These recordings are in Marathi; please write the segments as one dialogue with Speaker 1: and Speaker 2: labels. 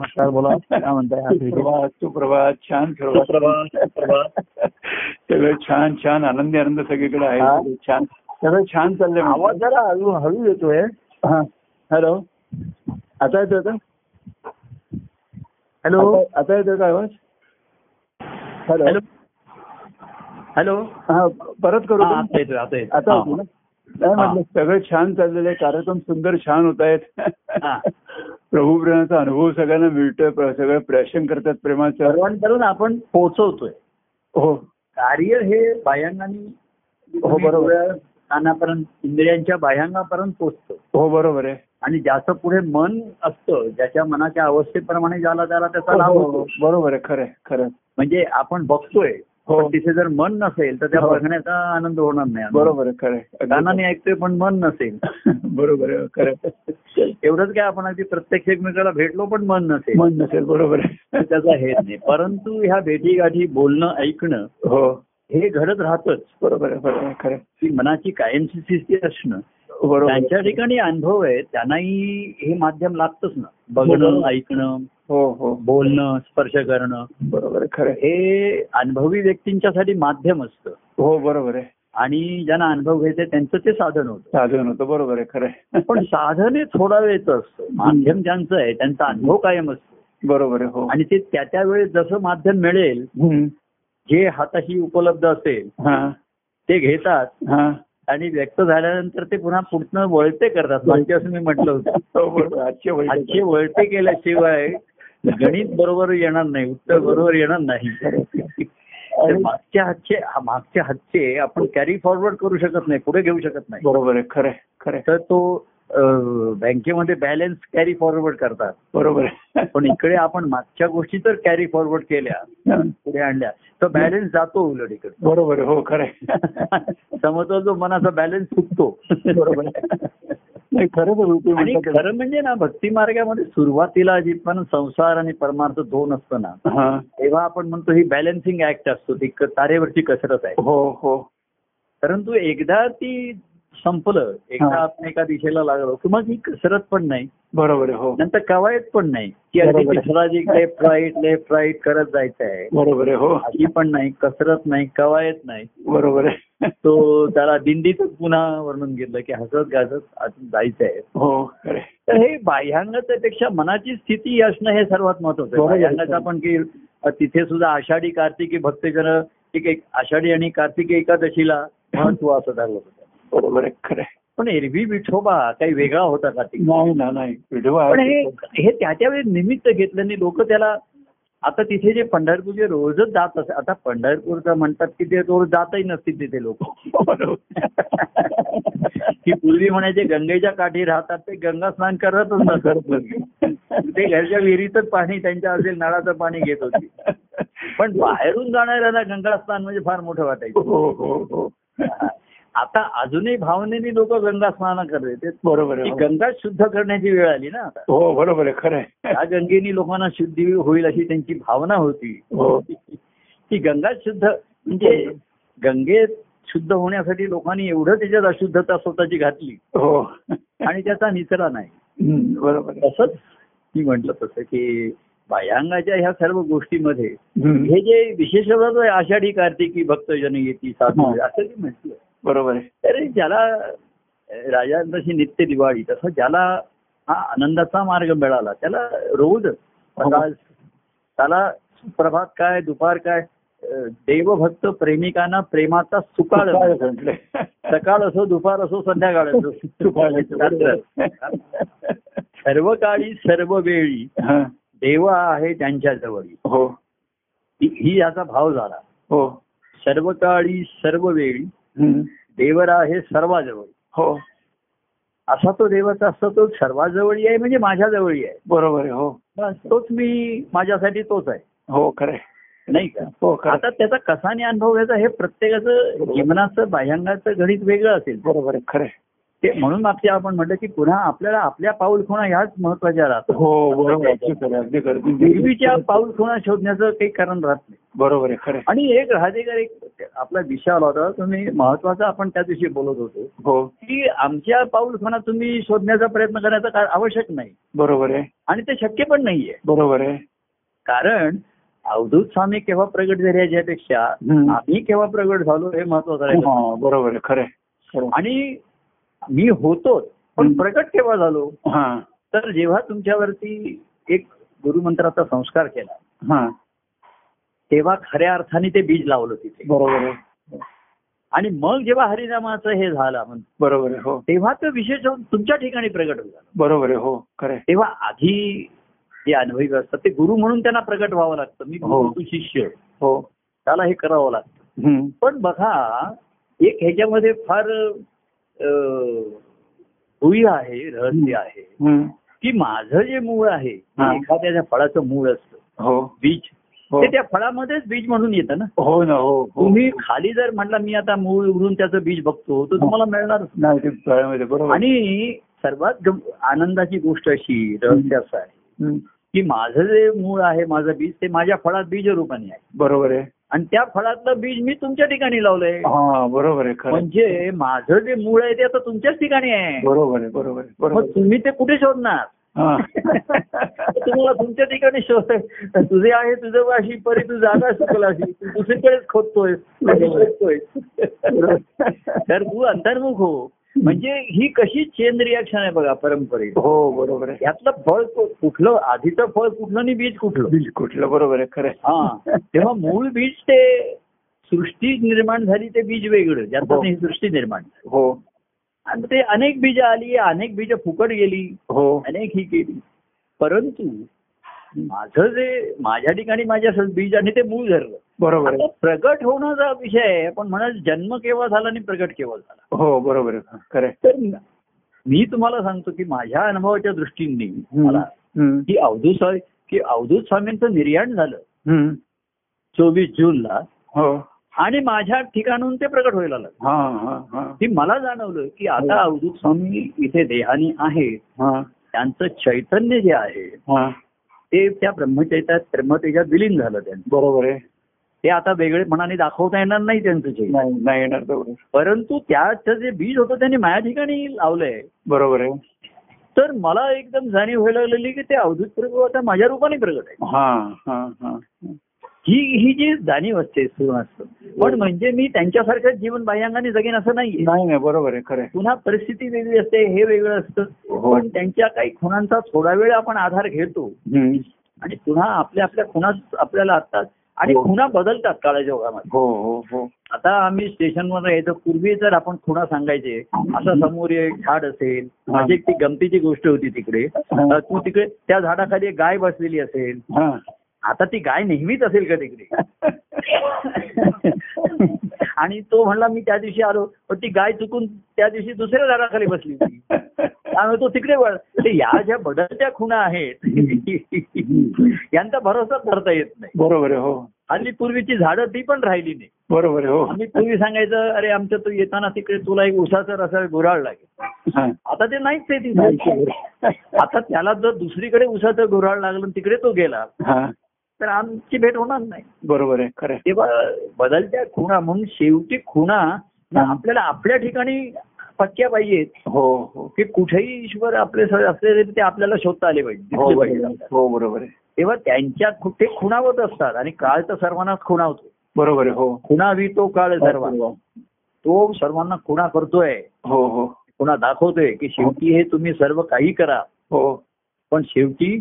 Speaker 1: नमस्कार बोला काय म्हणताय आज विशेष?
Speaker 2: सुप्रभात सुप्रभात छान सुरुवात सगळं छान छान आनंदी आनंद सगळीकडे आहे
Speaker 1: हा?
Speaker 2: सगळं छान सगळं छान चाललंय
Speaker 1: आवाज जरा हळू हळू येतोय
Speaker 2: हा.
Speaker 1: हॅलो आता येतोय का हॅलो
Speaker 2: आता- आता येतोय का आवाज
Speaker 1: हॅलो
Speaker 2: हॅलो
Speaker 1: हॅलो
Speaker 2: हा परत करू
Speaker 1: हा,
Speaker 2: का?
Speaker 1: आता येतोय आता येतोय.
Speaker 2: आता
Speaker 1: हा.
Speaker 2: होतो ना नाही म्हटलं सगळं छान चाललेलं आहे कार्यक्रम सुंदर छान होत
Speaker 1: हा.
Speaker 2: आहेत प्रभूप्रेमाचा अनुभव सगळ्यांना मिळतोय प्र- सगळं प्रशन करतात प्रेमाचं
Speaker 1: सर्वांपर्यंत आपण पोहोचवतोय
Speaker 2: हो
Speaker 1: कार्य हे बाह्यांगाने
Speaker 2: हो, बरोबर.
Speaker 1: कानापर्यंत इंद्रियांच्या बाह्यांगापर्यंत पोहोचतो
Speaker 2: हो बरोबर आहे
Speaker 1: आणि जास्त पुढे मन असतं ज्याच्या मनाच्या अवस्थेप्रमाणे ज्याला त्याला त्याचा
Speaker 2: हो,
Speaker 1: लाभ
Speaker 2: हो,
Speaker 1: होतो
Speaker 2: हो. बरोबर आहे खरं आहे, खरं आहे.
Speaker 1: म्हणजे आपण बघतोय
Speaker 2: हो.
Speaker 1: पण तिथे जर मन नसेल तर त्या
Speaker 2: हो.
Speaker 1: बघण्याचा आनंद होणार नाही
Speaker 2: बरोबर आहे खरं आहे. अगदी.
Speaker 1: कानाने ऐकतोय पण मन नसेल
Speaker 2: बरोबर आहे खरं आहे.
Speaker 1: एवढंच काय आपण अगदी प्रत्यक्ष एकमेकाला भेटलो पण मन नसेल
Speaker 2: मन नसेल बरोबर
Speaker 1: तर
Speaker 2: आहे
Speaker 1: त्याचा हेच नाही परंतु ह्या भेटीगाठी बोलणं ऐकणं
Speaker 2: हो
Speaker 1: हे घडत राहतच
Speaker 2: बरोबर आहे बरोबर आहे खरं आहे.
Speaker 1: की मनाची कायमची स्थिती असणं
Speaker 2: बरोबर
Speaker 1: त्यांच्या
Speaker 2: आहे.
Speaker 1: ठिकाणी अनुभव आहे त्यांनाही हे माध्यम लागतच ना बघणं
Speaker 2: बरोबर.
Speaker 1: ऐकणं
Speaker 2: हो हो
Speaker 1: बोलणं स्पर्श करणं
Speaker 2: बरोबर आहे खरं आहे.
Speaker 1: हे अनुभवी व्यक्तींच्यासाठी माध्यम असतं
Speaker 2: हो बरोबर आहे
Speaker 1: आणि ज्यांना अनुभव घ्यायचे त्यांचं ते साधन होतं
Speaker 2: साधन होतं बरोबर आहे खरं आहे.
Speaker 1: पण साधन हे थोडा वेळचं असतं माध्यम ज्यांचं आहे त्यांचा अनुभव कायम असतो
Speaker 2: बरोबर आहे हो
Speaker 1: आणि ते त्या त्या वेळेस जसं माध्यम मिळेल
Speaker 2: हम्म.
Speaker 1: जे हाताशी उपलब्ध असेल
Speaker 2: हा
Speaker 1: ते घेतात
Speaker 2: हा
Speaker 1: आणि व्यक्त झाल्यानंतर ते पुन्हा पुढनं वळते करतात मागच्या असं मी म्हटलं होतं
Speaker 2: हो, बरोबर. आजचे वडील.
Speaker 1: आजचे वळते केल्याशिवाय गणित बरोबर येणार नाही उत्तर बरोबर येणार नाही तर
Speaker 2: आणि-
Speaker 1: मागच्या हातचे मागच्या हातचे आपण कॅरी फॉरवर्ड करू शकत नाही पुढे घेऊ शकत नाही
Speaker 2: बरोबर आहे खरं आहे, खरं आहे.
Speaker 1: तर तो अ, बँकेमध्ये बॅलन्स कॅरी फॉरवर्ड करतात
Speaker 2: बरोबर आहे
Speaker 1: पण इकडे आपण मागच्या गोष्टी तर कॅरी फॉरवर्ड केल्या
Speaker 2: हा.
Speaker 1: पुढे आणल्या तर बॅलन्स जातो उलट इकडे
Speaker 2: बरोबर आहे हो खरं आहे.
Speaker 1: समजतो जो मनाचा बॅलन्स चुकतो
Speaker 2: बरोबर आहे. नाही खरंच आहे, तुम्ही
Speaker 1: आणि
Speaker 2: म्हणता ते.
Speaker 1: खरं म्हणजे ना भक्ती मार्गामध्ये सुरुवातीला पण संसार आणि परमार्थ दोन असतो ना
Speaker 2: हा
Speaker 1: तेव्हा आपण म्हणतो ही बॅलन्सिंग ऍक्ट असतो ती क- तारेवरची कसरत आहे
Speaker 2: हो हो
Speaker 1: परंतु एकदा ती संपलं एकदा
Speaker 2: हा.
Speaker 1: आपण एका दिशेला लागलो की मग ही कसरत पण नाही
Speaker 2: बरोबर आहे हो
Speaker 1: नंतर कवायत पण नाही की अगदी
Speaker 2: बरोबर आहे.
Speaker 1: पिठराजी लेफ्ट राईट लेफ्ट राईट करत जायचं आहे
Speaker 2: बरोबर आहे हो
Speaker 1: अशी पण नाही कसरत नाही कवायत नाही
Speaker 2: बरोबर आहे
Speaker 1: तो त्याला दिंडीच पुन्हा वर्णन घेतलं की हसत गाजत आतून जायचं आहे
Speaker 2: हो खरं आहे.
Speaker 1: तर हे बाह्यांगाच्यापेक्षा मनाची स्थिती असणं हे सर्वात महत्वाचं आहे
Speaker 2: बरोबर.
Speaker 1: बाह्यांगाचा पण की अ, तिथे सुद्धा आषाढी कार्तिकी भक्तजन एक एक आषाढी आणि कार्तिकी एकादशीला महत्व असं धरलं होतं
Speaker 2: बरोबर आहे खरं आहे.
Speaker 1: पण एरवी विठोबा काही वेगळा होता कार्तिक
Speaker 2: नाही ना नाही विधवा
Speaker 1: पण हे हे त्याच्या वेळी निमित्त घेतलं आणि लोक त्याला आता तिथे जे पंढरपूरचे रोजच जात असत आता पंढरपूरचा म्हणतात की ते रोज जातही नसतील तिथे लोक की पूर्वी म्हणायचे गंगेच्या काठी राहतात ते गंगा स्नान करतच नसत ते घरच्या विहिरीतच पाणी त्यांच्या असेल नळाचं पाणी घेत होती पण बाहेरून जाणाऱ्यांना गंगा स्नान म्हणजे फार मोठं वाटायचं
Speaker 2: हो हो हो
Speaker 1: आता अजूनही भावनेने लोक गंगा स्नान करते ते
Speaker 2: बरोबर
Speaker 1: ती
Speaker 2: आहे हो.
Speaker 1: गंगा शुद्ध करण्याची वेळ आली ना आता
Speaker 2: हो बरोबर आहे खरं आहे.
Speaker 1: त्या गंगेनी लोकांना शुद्धी होईल अशी त्यांची भावना होती
Speaker 2: हो
Speaker 1: ती गंगा शुद्ध म्हणजे गंगेत शुद्ध होण्यासाठी लोकांनी एवढं त्याच्यात अशुद्धता स्वतःची घातली
Speaker 2: हो
Speaker 1: आणि त्याचा निचरा नाही
Speaker 2: हम्म, बरोबर आहे.
Speaker 1: तसंच मी म्हटलं तसं की बाह्यांगाच्या ह्या सर्व गोष्टीमध्ये
Speaker 2: हम्म,
Speaker 1: हे जे विशेषतः जे आषाढी कार्तिकी भक्तजन येती साधू
Speaker 2: हा.
Speaker 1: असं जे म्हटलं
Speaker 2: बरोबर आहे
Speaker 1: तर ज्याला अं, राजांची नित्य दिवाळी तसं ज्याला हा आनंदाचा मार्ग मिळाला त्याला रोज
Speaker 2: हो.
Speaker 1: सकाळ- त्याला प्रभात काय दुपार काय अं, देवभक्त प्रेमिकांना प्रेमाचा सुकाळ
Speaker 2: काय म्हटलंय?
Speaker 1: सकाळ असो दुपार असो संध्याकाळ असो
Speaker 2: सुकाळ असो, बरोबर.
Speaker 1: रात्र. सर्व काळी सर्व वेळी
Speaker 2: हा,
Speaker 1: देव आहे त्यांच्या जवळी
Speaker 2: हो
Speaker 1: ही- ही याचा भाव झाला
Speaker 2: हो
Speaker 1: सर्व काळी सर्व वेळी
Speaker 2: हम्म,
Speaker 1: देवरा हे सर्वाजवळ
Speaker 2: हो
Speaker 1: असा तो देवाचा असतो तो सर्वाजवळी आहे म्हणजे माझ्याजवळी आहे
Speaker 2: बरोबर आहे हो
Speaker 1: बस तोच मी माझ्यासाठी तोच आहे
Speaker 2: हो खरं आहे.
Speaker 1: नाही का
Speaker 2: हो खरं आहे.
Speaker 1: आता त्याचा कसाने अनुभव घ्यायचा हे प्रत्येकाचं जीवनाचं बाह्यांगाचं गणित वेगळं असेल
Speaker 2: बरोबर आहे खरं आहे.
Speaker 1: ते म्हणून मागच्या आपण म्हटलं की पुन्हा आपल्याला आपल्या पाऊल खुणा ह्याच महत्वाच्या राहतात
Speaker 2: हो बरोबर आहे. अगदी खरं आहे, अगदी खरं आहे.
Speaker 1: देवीच्या पाऊल खुणा शोधण्याचं काही कारण राहत नाही
Speaker 2: बरोबर आहे खरं आहे.
Speaker 1: आणि एक राहतेकर एक आपला विषय आला होता तुम्ही महत्वाचा आपण त्या दिवशी बोलत होतो
Speaker 2: हो
Speaker 1: की आमच्या पाऊलखाना तुम्ही शोधण्याचा प्रयत्न करायचा काय आवश्यक नाही
Speaker 2: बरोबर आहे
Speaker 1: आणि ते शक्य पण नाहीये
Speaker 2: बरोबर आहे
Speaker 1: कारण अवधूत स्वामी केव्हा प्रगट झाले याच्यापेक्षा
Speaker 2: हम्म. हो.
Speaker 1: आम्ही केव्हा प्रगट झालो हे महत्वाचं राहिलं
Speaker 2: हा, बरोबर आहे खरं आहे. खरं आहे.
Speaker 1: आणि मी होतो पण
Speaker 2: हम्म.
Speaker 1: प्रगट केव्हा झालो
Speaker 2: हा
Speaker 1: तर जेव्हा तुमच्यावरती एक गुरुमंत्राचा संस्कार केला
Speaker 2: हा
Speaker 1: तेव्हा खऱ्या अर्थाने ते बीज लावलं तिथे
Speaker 2: बरोबर आहे
Speaker 1: आणि मग जेव्हा हरिनामाचं हे झालं म्हण-
Speaker 2: बरोबर आहे हो
Speaker 1: तेव्हा तो विशेष जाऊन तुमच्या ठिकाणी प्रगट झालं
Speaker 2: बरोबर आहे हो खरं आहे.
Speaker 1: तेव्हा आधी जे अनुभवी असतात ते गुरु म्हणून त्यांना प्रगट व्हावं लागतं मी
Speaker 2: हो.
Speaker 1: गुरु तू शिष्य
Speaker 2: हो
Speaker 1: त्याला हे करावं लागतं
Speaker 2: हम्म.
Speaker 1: पण बघा एक ह्याच्यामध्ये फार अं, रुई आहे रहस्य आहे
Speaker 2: हम्म.
Speaker 1: की माझं जे मूळ आहे
Speaker 2: हा.
Speaker 1: ते एखाद्या फळाचं मूळ असतं
Speaker 2: हो
Speaker 1: बीज
Speaker 2: हो
Speaker 1: ते त्या फळामध्येच बीज म्हणून येतं ना
Speaker 2: हो ना हो हो.
Speaker 1: तुम्ही खाली जर म्हणला मी आता मूळ उघडून त्याचं बीज बघतो
Speaker 2: हो.
Speaker 1: तर तुम्हाला मिळणारच नाही.
Speaker 2: नाही ते गळ्यामध्ये बरोबर आहे.
Speaker 1: आणि सर्वात गम- आनंदाची गोष्ट अशी रहस्य असं आहे
Speaker 2: हम्म.
Speaker 1: की माझं जे मूळ आहे माझं बीज ते माझ्या फळात बीज रूपाने आहे
Speaker 2: बरोबर आहे
Speaker 1: आणि त्या फळातलं बीज मी तुमच्या ठिकाणी लावलंय
Speaker 2: हा बरोबर आहे खरं आहे.
Speaker 1: म्हणजे माझं जे मूळ आहे ते आता तुमच्याच ठिकाणी आहे
Speaker 2: बरोबर आहे बरोबर आहे
Speaker 1: मग
Speaker 2: बरोबर
Speaker 1: तुम्ही ते कुठे शोधणार
Speaker 2: हा
Speaker 1: तुम्हाला तुमच्या ठिकाणी शोध तुझे आहे तुझं वाशी परी तू जागा सुकला अशी तू दुसरीकडेच खोदतोय कधी शोधतोय तर तू अंतर्मुख हो म्हणजे ही कशी चेन रिॲक्शन आहे बघा परंपरेत
Speaker 2: हो बरोबर आहे
Speaker 1: यातलं फळ कु- कुठलं आधीचं फळ कुठलं आणि बीज कुठलं
Speaker 2: बीज कुठलं बरोबर आहे खरं आहे.
Speaker 1: हा तेव्हा मूळ बीज ते सृष्टी निर्माण झाली ते बीज वेगळं
Speaker 2: हो.
Speaker 1: ज्यातून ही सृष्टी निर्माण झाली
Speaker 2: हो
Speaker 1: आणि ते अनेक बीज आली अनेक बीज फुकट गेली
Speaker 2: हो
Speaker 1: अनेक ही केली परंतु माझं जे माझ्या ठिकाणी माझ्या स- बीज आणि ते मूळ धरलं
Speaker 2: बरोबर
Speaker 1: आता
Speaker 2: आहे
Speaker 1: प्रगट होण्याचा विषय आहे पण म्हणाल जन्म केव्हा झाला आणि प्रगट केव्हा झाला
Speaker 2: हो बरोबर आहे खरं आहे.
Speaker 1: तर मी तुम्हाला सांगतो की माझ्या अनुभवाच्या दृष्टीने
Speaker 2: हम्म.
Speaker 1: मला
Speaker 2: हम्म.
Speaker 1: की अवधूत स्वामी की अवधूत स्वामींचं निर्याण झालं
Speaker 2: हम्म.
Speaker 1: चोवीस जूनला
Speaker 2: हो
Speaker 1: आणि माझ्या ठिकाणून ते प्रगट व्हायला लागलं
Speaker 2: हा हा हा
Speaker 1: की मला जाणवलं की आता
Speaker 2: हो.
Speaker 1: अवधूत स्वामी इथे देहानी आहेत
Speaker 2: हा
Speaker 1: त्यांचं चैतन्य जे आहे
Speaker 2: हा
Speaker 1: ते त्या ब्रह्मचैतात ब्रह्मतेजात विलीन झालं त्यांचं
Speaker 2: बरोबर आहे
Speaker 1: ते आता वेगळे मनाने दाखवता येणार नाही त्यांचं चैतन्य
Speaker 2: नाही नाही येणार बरोबर
Speaker 1: परंतु त्याचं जे बीज होतं त्यांनी माझ्या ठिकाणी लावलंय
Speaker 2: बरोबर आहे
Speaker 1: तर मला एकदम जाणीव व्हायला लागलेली की ते अवधूत प्रभू आता माझ्या रूपाने प्रगट आहे
Speaker 2: हा हा हा
Speaker 1: ही ही जी जाणीव असते सुरू असतं पण म्हणजे मी त्यांच्यासारखं जीवन बाह्यांगाने जगेन असं नाहीये
Speaker 2: नाही नाही बरोबर आहे खरं आहे.
Speaker 1: पुन्हा परिस्थिती वेगळी असते हे वेगळं असतं
Speaker 2: हो.
Speaker 1: पण त्यांच्या काही खुणांचा थोडा वेळ आपण आधार घेतो
Speaker 2: हम्म.
Speaker 1: आणि पुन्हा आपल्या आपल्या खुणा आपल्याला असतात आणि
Speaker 2: हो.
Speaker 1: खुणा बदलतात काळाच्या ओघामध्ये
Speaker 2: हो हो हो
Speaker 1: आता आम्ही स्टेशनवर यायचो पूर्वी जर आपण खुणा सांगायचे असं समोर एक झाड असेल
Speaker 2: हा.
Speaker 1: म्हणजे ती गमतीची गोष्ट होती तिकडे
Speaker 2: हा.
Speaker 1: अं, तू तिकडे त्या झाडाखाली एक गाय बसलेली असेल
Speaker 2: हा
Speaker 1: आता ती गाय नेहमीच असेल का तिकडे आणि तो म्हणला मी त्या दिवशी आलो पण ती गाय चुकून त्या दिवशी दुसऱ्या झाडाखाली बसली होती त्यामुळे तो तिकडे वळ ते या ज्या बदलत्या खुणा आहेत यांचा भरोसा करता येत नाही
Speaker 2: बरोबर आहे हो
Speaker 1: हल्ली पूर्वीची झाडं ती पण राहिली नाही
Speaker 2: बरोबर आहे हो
Speaker 1: आम्ही पूर्वी सांगायचं अरे आमच्या तू येताना तिकडे तुला एक उसाचा रसा गुराळ लागेल
Speaker 2: हा.
Speaker 1: आता ते नाहीच आहे
Speaker 2: नाही.
Speaker 1: तिथे आता त्याला जर दुसरीकडे उसाचं गुराळ लागलं आणि तिकडे तो गेला
Speaker 2: हा
Speaker 1: तर आमची भेट होणार नाही
Speaker 2: बरोबर आहे खरं आहे.
Speaker 1: तेव्हा बदलत्या खुणा म्हणून शेवटी खुणा आपल्याला आपल्या ठिकाणी पक्क्या पाहिजेत
Speaker 2: हो हो
Speaker 1: की कुठेही ईश्वर आपले स- असले तरी ते आपल्याला शोधता आले पाहिजे
Speaker 2: हो
Speaker 1: दिसले
Speaker 2: बरोबर
Speaker 1: पाहिजे
Speaker 2: आहे.
Speaker 1: आपल्याला.
Speaker 2: हो बरोबर आहे
Speaker 1: तेव्हा त्यांच्या खु- ते खुणावत असतात आणि काळ तर सर्वांनाच खुणावतो
Speaker 2: बरोबर आहे हो
Speaker 1: खुणावी तो काळ सर्व तो सर्वांना खुणा करतोय
Speaker 2: हो हो
Speaker 1: खुणा दाखवतोय की शेवटी हे तुम्ही सर्व काही करा
Speaker 2: हो
Speaker 1: पण शेवटी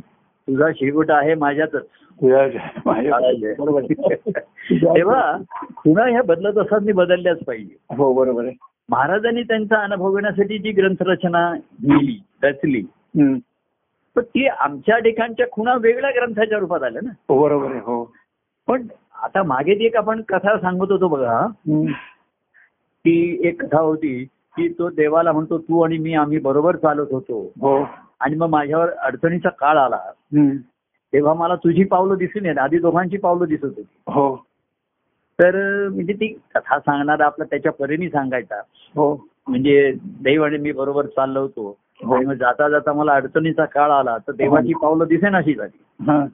Speaker 1: तुझा शेवट आहे माझ्यातच
Speaker 2: तुझ्या माझ्या बरोबर आहे.
Speaker 1: तेव्हा खुणा ह्या बदलत असतात मी बदलल्याच पाहिजे
Speaker 2: हो बरोबर आहे
Speaker 1: महाराजांनी त्यांचा अनुभव घेण्यासाठी जी ग्रंथरचना लिहिली रचली
Speaker 2: हम्म.
Speaker 1: तर ती आमच्या ठिकाणच्या खुणा वेगळ्या ग्रंथाच्या रूपात आल्या ना
Speaker 2: हो बरोबर आहे हो
Speaker 1: पण आता मागे ती एक आपण कथा सांगत होतो बघा
Speaker 2: हम्म.
Speaker 1: की एक कथा होती की तो देवाला म्हणतो तू आणि मी आम्ही बरोबर चालत होतो
Speaker 2: हो
Speaker 1: आणि मग माझ्यावर अडचणीचा काळ आला
Speaker 2: हम्म.
Speaker 1: तेव्हा मला तुझी पावलं दिसून येत आधी दोघांची पावलं दिसत होती
Speaker 2: हो
Speaker 1: तर अं, म्हणजे ती कथा सांगणारा आपला त्याच्या परीने सांगायचा
Speaker 2: हो
Speaker 1: म्हणजे देव आणि मी बरोबर चाललो होतो
Speaker 2: हो.
Speaker 1: आणि मग जाता जाता मला अडचणीचा काळ आला तर देवाची पावलं दिसेनाशी झाली
Speaker 2: हा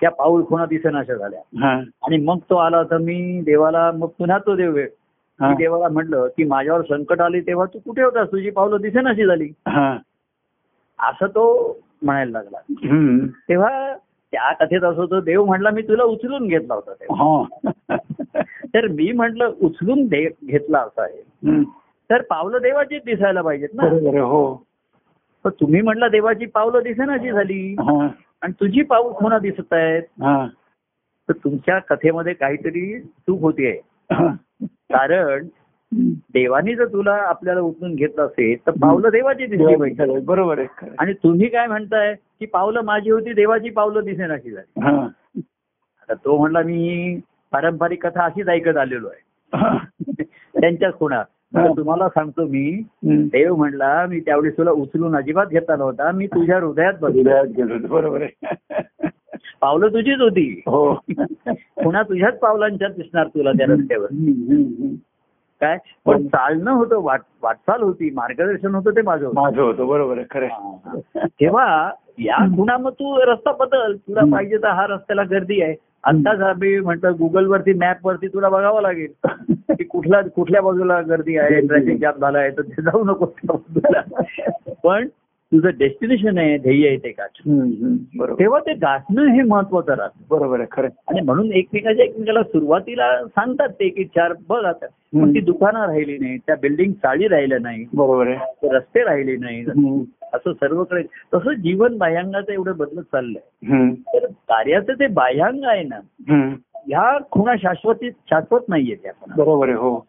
Speaker 1: त्या पाऊल खुणा दिसेनाशा झाल्या
Speaker 2: हा,
Speaker 1: आणि मग तो आला तर मी देवाला मग पुन्हा तो देव भेट
Speaker 2: हा,
Speaker 1: मी देवाला म्हटलं की माझ्यावर संकट आले तेव्हा तू कुठे होतास तुझी पावलं दिसेनाशी झाली
Speaker 2: हा.
Speaker 1: असं तो म्हणायला लागला
Speaker 2: हम्म.
Speaker 1: तेव्हा त्या कथेत असं होतं देव म्हणला मी तुला उचलून घेतला होता तेव्हा.
Speaker 2: हा.
Speaker 1: तर मी म्हटलं उचलून दे घेतला असा आहे
Speaker 2: हम्म.
Speaker 1: तर पावलं देवाचीच दिसायला पाहिजेत ना
Speaker 2: बरोबर आहे, हो
Speaker 1: तर तुम्ही म्हटलं देवाची पावलं दिसेनाशी झाली
Speaker 2: हा,
Speaker 1: आणि तुझी पाऊल कोणा दिसत आहेत
Speaker 2: हा,
Speaker 1: तर तुमच्या कथेमध्ये काहीतरी चूक होतीये
Speaker 2: हा.
Speaker 1: कारण
Speaker 2: हम्म.
Speaker 1: देवाने जर तुला आपल्याला उचलून घेतलं असेल तर पावलं देवाची दिसली पाहिजे
Speaker 2: खरं आहे, हो. बरोबर आहे खरं आहे.
Speaker 1: आणि तुम्ही काय म्हणताय की पावलं माझी होती देवाची पावलं दिसेनाशी झाली
Speaker 2: हा.
Speaker 1: आता तो म्हणला मी पारंपरिक कथा अशीच ऐकत आलेलो आहे
Speaker 2: हा.
Speaker 1: त्यांच्याच खुणा तर तुम्हाला सांगतो मी
Speaker 2: हम्म.
Speaker 1: देव म्हणला मी त्यावेळी तुला उचलून अजिबात घेतला नव्हता मी तुझ्या हृदयात बसलो
Speaker 2: हृदयात गेलो होतो, बरोबर आहे
Speaker 1: पावलं तुझीच होती
Speaker 2: हो
Speaker 1: पुन्हा तुझ्याच पावलांच्या दिसणार तुला त्या रस्त्यावर
Speaker 2: हम्म, हम्म, हम्म.
Speaker 1: काय पण चालणं होतं वाट वाटचाल होती मार्गदर्शन होतं ते माझं होतं.
Speaker 2: माझं होतं बरोबर आहे खरं आहे.
Speaker 1: तेव्हा या गुणा मग तू रस्ता बदल तुला
Speaker 2: हम्म.
Speaker 1: पाहिजे तर हा रस्त्याला गर्दी आहे अंदाज आम्ही म्हटलं गुगलवरती मॅपवरती तुला बघावं लागेल की कुठला कुठल्या बाजूला गर्दी आहे ट्रॅफिक जाम झाला आहे तर ते जाऊ नको त्या बाजूला. पण तुझं डेस्टिनेशन आहे ध्येय आहे ते का
Speaker 2: हम्म, हम्म, बरोबर
Speaker 1: तेव्हा ते गाठणं हे महत्वाचं राहतं
Speaker 2: बरोबर आहे खरं आहे.
Speaker 1: आणि म्हणून एकमेकाच्या एकमेकाला सुरुवातीला सांगतात ते की चार बघ आता पण ती दुकानं राहिली नाही त्या बिल्डिंग चाळी राहिल्या नाही
Speaker 2: बरोबर आहे
Speaker 1: रस्ते राहिले नाही
Speaker 2: हम्म,
Speaker 1: असं सर्वकडे तसं जीवन बाह्यांगाचं एवढं बदलत चाललंय
Speaker 2: हम्म,
Speaker 1: तर कार्याचं ते बाह्यांग आहे ना
Speaker 2: हम्म.
Speaker 1: ह्या खुणा शाश्वती शाश्वत नाहीयेत या खुणा
Speaker 2: बरोबर आहे हो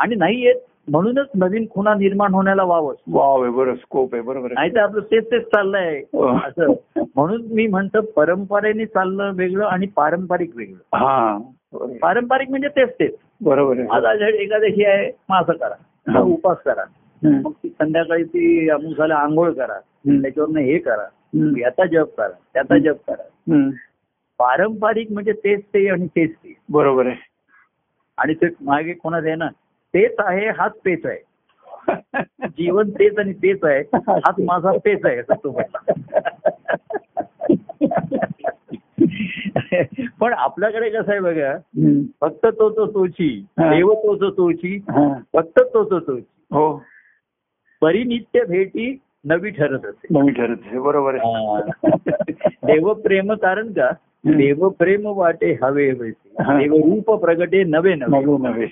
Speaker 1: आणि नाही येत म्हणूनच नवीन खुणा निर्माण होण्याला वावच
Speaker 2: वाव आहे बरोबर स्कोप आहे बरोबर आहे
Speaker 1: नाही तर आपलं तेच तेच चाललंय
Speaker 2: हो.
Speaker 1: असं म्हणून मी म्हणतो परंपरेने चालणं वेगळं आणि पारंपरिक वेगळं
Speaker 2: हा बरोबर आहे.
Speaker 1: पारंपरिक म्हणजे तेच तेच
Speaker 2: बरोबर आहे
Speaker 1: आज आज एकादशी आहे मग असं करा मग उपास करा
Speaker 2: हो. हम्म,
Speaker 1: मग ती संध्याकाळी ती अमुसाला आंघोळ करा त्याच्यावरनं हे करा
Speaker 2: हम्म,
Speaker 1: याचा जप करा त्याचा जप करा
Speaker 2: हम्म.
Speaker 1: पारंपरिक म्हणजे तेच ते आणि तेच ते
Speaker 2: बरोबर आहे
Speaker 1: आणि ते मागे कोणाच आहे ना तेच आहे हाच तेच आहे जीवन तेच आणि तेच आहे हाच माझा तेच आहे असं तो म्हटला. पण आपल्याकडे कसं आहे बघा
Speaker 2: हम्म,
Speaker 1: फक्त तो तो तोची
Speaker 2: हा.
Speaker 1: देव तो तो तोची
Speaker 2: हा.
Speaker 1: फक्त तो तो तोची
Speaker 2: हो
Speaker 1: परिनित्य भेटी नवी ठरत असे
Speaker 2: नवी ठरत आहे, बरोबर आहे
Speaker 1: देव प्रेम कारण का
Speaker 2: हं.
Speaker 1: देव प्रेम वाटे हवे वैसे
Speaker 2: हं.
Speaker 1: देव रूप प्रगटे नवे नवे
Speaker 2: नवीन नवे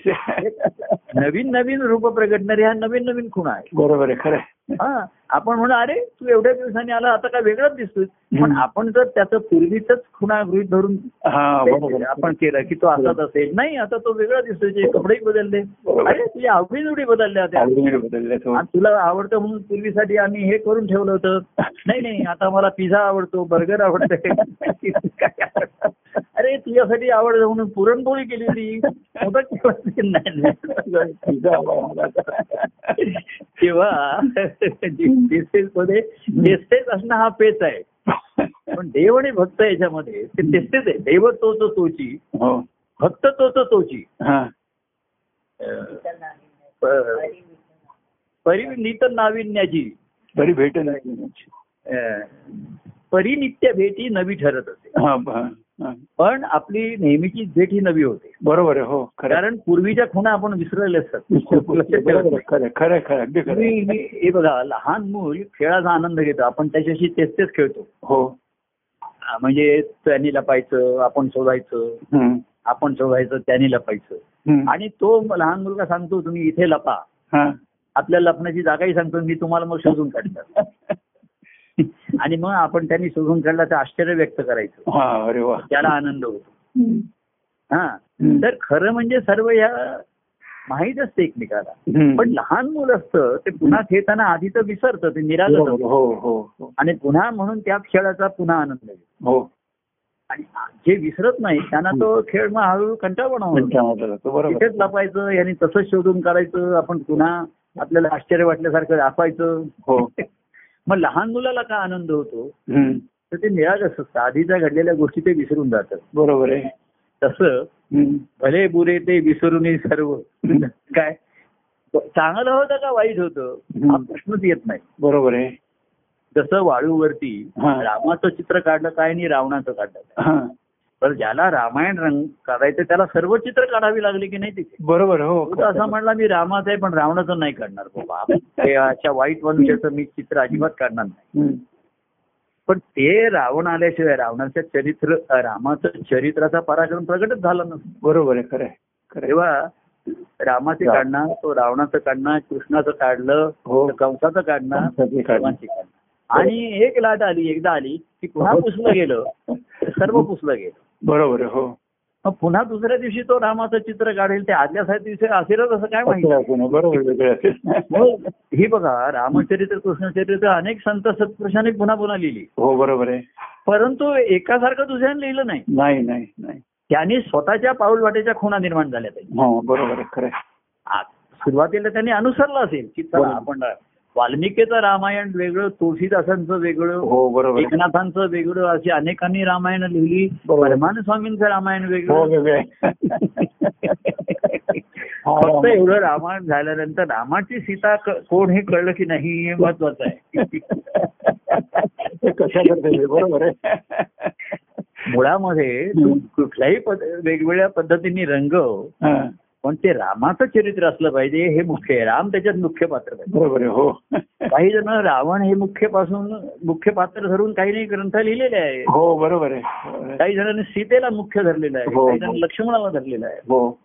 Speaker 1: नवीन नवीन रूप प्रगटणारे हा नवीन नवीन खुणा आहे
Speaker 2: बरोबर आहे खरं आहे.
Speaker 1: हा आपण म्हणू अरे तू एवढ्या दिवसांनी आला आता काय वेगळाच दिसतोय
Speaker 2: हं.
Speaker 1: पण आपण जर त्याचं पूर्वीच खुणा गृहित धरून
Speaker 2: हा बरोबर आहे.
Speaker 1: आपण केलं की तो असाच असेल नाही आता तो वेगळा दिसतोय त्याचे कपडेही बदलले
Speaker 2: बरोबर.
Speaker 1: अरे तुझ्या आवडीनिवडी बदलल्या त्या
Speaker 2: आवडीने बदलले तो.
Speaker 1: आणि तुला आवडतं म्हणून पूर्वीसाठी आम्ही हे करून ठेवलं होतं नाही नाही आता मला पिझ्झा आवडतो बर्गर आवडतं अरे तुझ्यासाठी आवडतं म्हणून पुरणपोळी केली होती मोदक केले होते. नाही, नाही.
Speaker 2: पिझ्झा आवडला.
Speaker 1: तेव्हा टेस्टेस मध्ये टेस्टेस असणं हा पेच आहे पण देव आणि भक्त याच्यामध्ये ते टेस्टेस आहे देव तो तो तोची
Speaker 2: हो
Speaker 1: भक्त तो तो तोची
Speaker 2: हा
Speaker 1: अं, परिनित नाविन्याची
Speaker 2: तरी भेट नाही
Speaker 1: अं, परिनित्य भेटी नवी ठरत असे
Speaker 2: हा, हा, हा.
Speaker 1: पण आपली नेहमीची भेट ही नवी होते
Speaker 2: बरोबर आहे हो खरं आहे.
Speaker 1: कारण पूर्वीच्या खुणा आपण विसरलेल्या
Speaker 2: बरोबर आहे,
Speaker 1: असतात
Speaker 2: खरं आहे, खरं आहे, खरं आहे, अगदी खरं आहे.
Speaker 1: मी मी- हे बघा लहान मूल खेळाचा आनंद घेतो आपण त्याच्याशी तेच तेच खेळतो
Speaker 2: हो
Speaker 1: आ, म्हणजे त्याने लपायचं आपण शोधायचं
Speaker 2: हम्म,
Speaker 1: आपण शोधायचं त्याने लपायचं
Speaker 2: हम्म.
Speaker 1: आणि तो लहान मुलगा सांगतो तुम्ही इथे लपा
Speaker 2: हा.
Speaker 1: आपल्या लपण्याची जागाही सांगतो मी तुम्हाला मग शोधून काढणार आणि मग आपण त्यांनी शोधून काढला तर आश्चर्य व्यक्त करायचं
Speaker 2: हा, अरे वा
Speaker 1: त्याला आनंद होतो
Speaker 2: हम्म.
Speaker 1: हा तर खरं म्हणजे सर्व ह्या माहीत असते एकमेकाला
Speaker 2: हम्म.
Speaker 1: पण लहान मुलं असतं ते पुन्हा खेळताना आधी तर विसरतं ते निरागत
Speaker 2: बरोबर,
Speaker 1: होतं.
Speaker 2: हो हो हो
Speaker 1: आणि पुन्हा म्हणून त्या खेळाचा पुन्हा आनंद घेतो
Speaker 2: हो
Speaker 1: आणि जे विसरत नाही त्यांना तो खेळ मग हळूहळू कंटाळवाणा होतो
Speaker 2: पंचामृताला जातो, बरोबर
Speaker 1: तिथेच लपायचं याने तसंच शोधून काढायचं आपण पुन्हा आपल्याला आश्चर्य वाटल्यासारखं दाखवायचं
Speaker 2: हो
Speaker 1: मग लहान मुलाला का आनंद होतो
Speaker 2: हम्म.
Speaker 1: तर ते निरागस असतं आधीच्या घडलेल्या गोष्टी ते विसरून जातात
Speaker 2: बरोबर आहे
Speaker 1: तसं
Speaker 2: हम्म.
Speaker 1: भले बुरे ते विसरून सर्व काय चांगलं होतं का वाईट होतं हा
Speaker 2: हम्म.
Speaker 1: प्रश्नच येत नाही
Speaker 2: बरोबर आहे
Speaker 1: जसं वाळूवरती
Speaker 2: हा.
Speaker 1: रामाचं चित्र काढलं काय आणि रावणाचं काढलं काय
Speaker 2: हा.
Speaker 1: तर ज्याला रामायण रंग काढायचं त्याला सर्व चित्र काढावी लागली की नाही तिथे
Speaker 2: बरोबर हो
Speaker 1: तो तर असा म्हणला मी रामाचं आहे पण रावणाचं नाही काढणार बाबा ते अशा वाईट मनुष्याचं मी चित्र अजिबात काढणार नाही
Speaker 2: हम्म.
Speaker 1: पण ते रावण आल्याशिवाय रावणाच्या चरित्र अ, रामाचं चरित्राचा पराक्रम प्रगटच झाला नसतो
Speaker 2: बरोबर आहे खरं आहे खरं आहे.
Speaker 1: तेव्हा रामाचे
Speaker 2: राम.
Speaker 1: काढणार तो रावणाचं काढणार कृष्णाचं काढलं
Speaker 2: हो.
Speaker 1: तर कंसाचं काढणार
Speaker 2: कंसाचं काढणार.
Speaker 1: सर्वांची काढणार आणि एक लाट आली एकदा आली की
Speaker 2: हो.
Speaker 1: पुन्हा पुसलं गेलं सर्व पुसलं गेलं
Speaker 2: बरोबर आहे हो
Speaker 1: मग पुन्हा दुसऱ्या दिवशी तो रामाचं चित्र काढेल ते आदल्या सात दिवशी असेलच असं काय माहिती
Speaker 2: असं नाही, बरोबर वेगळं असेल
Speaker 1: मग ही बघा रामचरित्र कृष्णचरित्र अनेक संत सत्पुरुषांनी पुन्हा पुन्हा लिहिली
Speaker 2: हो बरोबर आहे
Speaker 1: परंतु एकासारखं दुसऱ्याने लिहिलं नाही
Speaker 2: नाही नाही नाही
Speaker 1: त्यांनी स्वतःच्या पाऊलवाटेच्या खुणा निर्माण झाल्या पाहिजे
Speaker 2: हो बरोबर आहे खरं आहे.
Speaker 1: आ- सुरुवातीला त्यांनी अनुसरलं असेल की चला
Speaker 2: बरोबर.
Speaker 1: आपण रा- वाल्मिकीचं रामायण वेगळं तुळशीदासांचं वेगळं
Speaker 2: हो बरोबर आहे.
Speaker 1: एकनाथांचं वेगळं अशी अनेकांनी रामायण लिहिली
Speaker 2: बरोबर.
Speaker 1: परमान स्वामींचं रामायण
Speaker 2: हो
Speaker 1: वेगळं
Speaker 2: वेगळं आहे. हो. हा,
Speaker 1: फक्त
Speaker 2: राम.
Speaker 1: एवढं रामायण झाल्यानंतर रामाची सीता क- कोण हे कळलं की नाही हे महत्वाचं
Speaker 2: ते
Speaker 1: आहे
Speaker 2: कशा करते बरोबर आहे
Speaker 1: मुळामध्ये तू कुठल्याही पद- वेगवेगळ्या पद्धतीने रंगव
Speaker 2: हा,
Speaker 1: पण ते रामाचं चरित्र असलं पाहिजे हे मुख्य आहे राम त्याच्यात मुख्य पात्र पाहिजे
Speaker 2: बरोबर आहे हो
Speaker 1: काही जण रावण हे मुख्य पासून मुख्य पात्र धरून काही नाही ग्रंथ लिहिलेले आहेत
Speaker 2: हो बरोबर आहे बरोबर आहे.
Speaker 1: काही जणांनी सीतेला मुख्य धरलेलं आहे
Speaker 2: हो,
Speaker 1: काही जण
Speaker 2: हो.
Speaker 1: लक्ष्मणाला धरलेलं आहे
Speaker 2: हो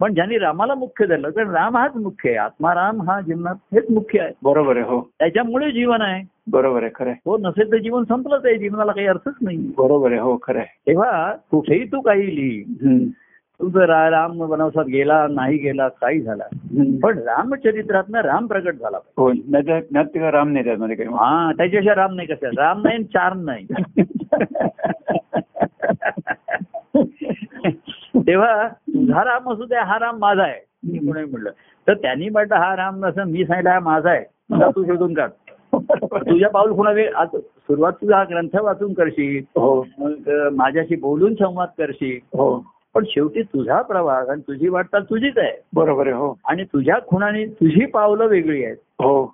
Speaker 1: पण ज्यांनी रामाला मुख्य धरलं कारण राम हाच मुख्य आहे आत्माराम हा जीवनात हेच मुख्य आहे
Speaker 2: बरोबर आहे हो
Speaker 1: त्याच्यामुळे जीवन आहे
Speaker 2: बरोबर आहे खरं आहे.
Speaker 1: तो नसेल तर जीवन संपलंच आहे जीवनाला काही अर्थच नाही
Speaker 2: बरोबर आहे हो खरं आहे
Speaker 1: तेव्हा कुठेही तू काही लिही
Speaker 2: हम्म,
Speaker 1: तुझं रा- राम वनवासात गेला नाही गेला काही झाला
Speaker 2: हम्म.
Speaker 1: पण रामचरित्रात राम प्रगट झाला पाहिजे.
Speaker 2: हो नाही तर नाही तर राम नाही त्यामध्ये काही
Speaker 1: हा त्याच्याशिवाय राम नाही कसं राम नाही आणि चार नाही तेव्हा तुझा राम असू द्या हा राम माझा आहे मी कोणी म्हटलं तर त्यांनी म्हटलं हा राम नसं मी सांगितलं हा माझा आहे तुला तू शोधून काढ
Speaker 2: बरोबर आहे.
Speaker 1: तुझ्या पाऊल खुणा वेळ आता सुरुवात तुझा हा ग्रंथ वाचून करशील
Speaker 2: हो
Speaker 1: मग अं, माझ्याशी बोलून संवाद करशील
Speaker 2: हो
Speaker 1: पण शेवटी तुझा प्रवास आणि तुझी वाटचाल तुझीच आहे
Speaker 2: बरोबर आहे हो
Speaker 1: आणि तुझ्या खुणाने तुझी पावलं वेगळी आहेत
Speaker 2: हो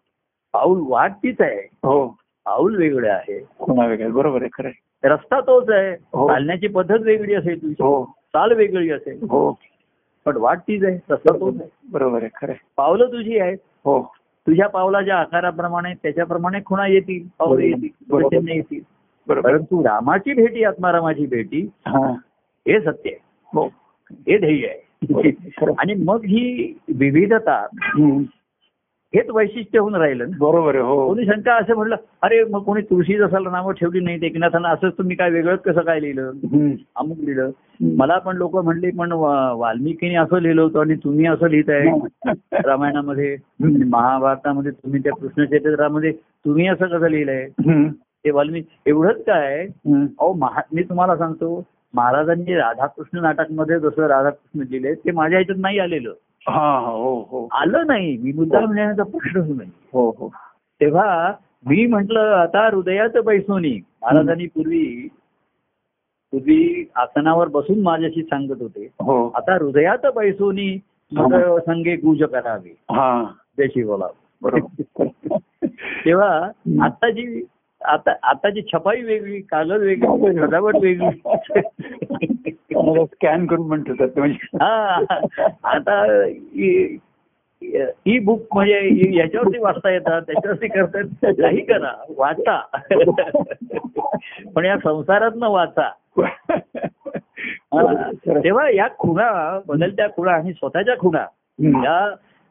Speaker 1: पाऊल वाट तीच आहे
Speaker 2: हो
Speaker 1: पाऊल वेगळं आहे
Speaker 2: कोणा वेगळं बरोबर आहे खरं आहे.
Speaker 1: रस्ता तोच आहे
Speaker 2: हो.
Speaker 1: चालण्याची पद्धत वेगळी असेल तुझी
Speaker 2: हो
Speaker 1: चाल वेगळी असेल
Speaker 2: हो
Speaker 1: पण वाट तीच आहे रस्ता तोच आहे
Speaker 2: बरोबर आहे खरं आहे.
Speaker 1: पावलं तुझी आहेत
Speaker 2: हो
Speaker 1: तुझ्या पावलाच्या आकाराप्रमाणे त्याच्याप्रमाणे खुणा येतील पावलं
Speaker 2: बरोबर.
Speaker 1: येतील
Speaker 2: बरोबर.
Speaker 1: वचनं येतील
Speaker 2: बरोबर
Speaker 1: परंतु रामाची भेटी आत्मारामाची भेटी
Speaker 2: हा
Speaker 1: हे सत्य आहे
Speaker 2: हो
Speaker 1: हे ध्येय आहे
Speaker 2: बरोबर.
Speaker 1: आणि मग ही विविधता
Speaker 2: हम्म.
Speaker 1: हेच वैशिष्ट्य होऊन राहिलं ना
Speaker 2: बरोबर आहे हो
Speaker 1: कोणी शंका असं म्हटलं अरे मग कोणी तुळशी जसाला नावं ठेवली नाहीत एकनाथांना असंच तुम्ही काय वेगळंच कसं काय लिहिलं
Speaker 2: हम्म.
Speaker 1: अमुक लिहिलं मला पण लोक म्हणले पण वा- वाल्मिकीने असं लिहिलं होतं आणि तुम्ही असं लिहिताय रामायणामध्ये
Speaker 2: हम्म.
Speaker 1: महाभारतामध्ये तुम्ही त्या कृष्णचरित्रामध्ये तुम्ही असं कसं लिहिलंय
Speaker 2: हम्म.
Speaker 1: ते वाल्मिक एवढंच काय
Speaker 2: हम्म.
Speaker 1: अहो महा मी तुम्हाला सांगतो महाराजांनी राधाकृष्ण नाटकमध्ये जसं राधाकृष्ण लिहिलंय ते माझ्या ह्याच्यात नाही आलेलं
Speaker 2: हा हो हो
Speaker 1: आलं नाही मी मुद्दा म्हणण्याचा प्रश्नच नाही
Speaker 2: हो हो
Speaker 1: तेव्हा मी म्हंटल आता हृदयात बैसोनी महाराजांनी पूर्वी पूर्वी आसनावर बसून माझ्याशी सांगत होते
Speaker 2: हो
Speaker 1: आता हृदयात बैसोनी मग
Speaker 2: हा.
Speaker 1: संगे गुज करावे
Speaker 2: हा
Speaker 1: जशी बोलावं
Speaker 2: बरोबर
Speaker 1: तेव्हा
Speaker 2: हम्म.
Speaker 1: आता जी आता आताची छपाई वेगळी कागद वेगळी सजावट वेगळी
Speaker 2: स्कॅन करून पण ठेवतात ते म्हणजे
Speaker 1: हा आता ई बुक म्हणजे याच्यावरती वाचता येतात त्याच्यावरती करतात काही करा वाचा पण या संसारात न वाचा हा. तेव्हा या खुणा बदलत्या खुणा आणि स्वतःच्या खुणा
Speaker 2: हम्म.
Speaker 1: या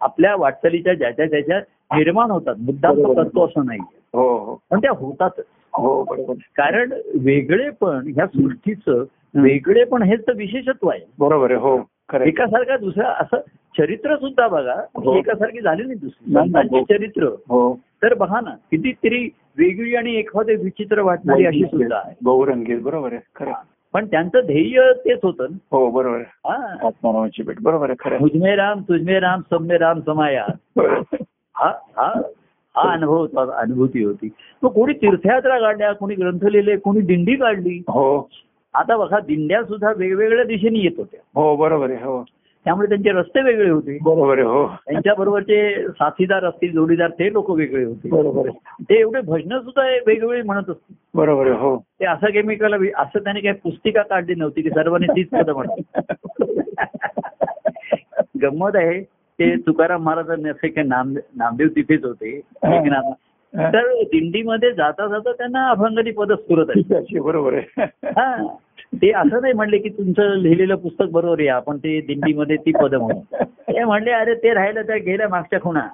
Speaker 1: आपल्या वाटचालीच्या ज्याच्या त्याच्या निर्माण होतात मुद्दाम तो करतो असं नाही
Speaker 2: हो हो
Speaker 1: पण त्या होतात
Speaker 2: हो बरोबर
Speaker 1: कारण वेगळेपण ह्या सृष्टीचं वेगळेपण हेच तर विशेषत्व आहे
Speaker 2: बरोबर आहे हो खरं आहे.
Speaker 1: एकासारखा दुसरा असं चरित्र सुद्धा बघा
Speaker 2: हो.
Speaker 1: एकासारखी झाली नाही दुसरी
Speaker 2: नाही, नाही.
Speaker 1: संतांची चरित्र
Speaker 2: हो
Speaker 1: तर बघा ना कितीतरी वेगळी आणि एखादे विचित्र वाटणारी अशी सुद्धा आहे
Speaker 2: बहुरंगी बरोबर आहे खरं आहे.
Speaker 1: पण त्यांचं ध्येय तेच होतं ना.
Speaker 2: हो बरोबर आहे.
Speaker 1: हा.
Speaker 2: आत्मारामाची भेट बरोबर आहे खरं आहे.
Speaker 1: मुझमे राम तुझमे राम सम्य राम समाया
Speaker 2: बरोबर.
Speaker 1: हा हा हा अनुभव होता अनुभूती होती मग कोणी तीर्थयात्रा काढल्या कोणी ग्रंथ लिहिले कोणी दिंडी काढली
Speaker 2: हो
Speaker 1: आता बघा दिंड्या सुद्धा वेगवेगळ्या दिशेने येत होत्या
Speaker 2: हो बरोबर आहे हो
Speaker 1: त्यामुळे त्यांचे रस्ते वेगळे होते
Speaker 2: बरोबर आहे हो
Speaker 1: त्यांच्याबरोबरचे साथीदार असतील जोडीदार ते लोक वेगळे होते
Speaker 2: बरोबर आहे
Speaker 1: ते एवढे भजन सुद्धा हे वेगवेगळी म्हणत असतील
Speaker 2: बरोबर आहे हो
Speaker 1: ते असं केमिकल असं त्याने काही पुस्तिका काढली नव्हती की सर्वांनी तीच पदं म्हणतात गंमत आहे ते तुकाराम महाराजांनी असे काही नाम नामदेव तिथेच होते एकनाथ
Speaker 2: हा.
Speaker 1: तर दिंडीमध्ये जाता जाता त्यांना अभंगाची पदं स्फुरत आली
Speaker 2: ठीक आहे, बरोबर आहे
Speaker 1: हा ते असं नाही म्हणले की तुमचं लिहिलेलं पुस्तक बरोबर आहे आपण ते दिंडीमध्ये ती पदं म्हणू ते म्हणले अरे ते राहिलं त्या गेल्या मागच्या खुणा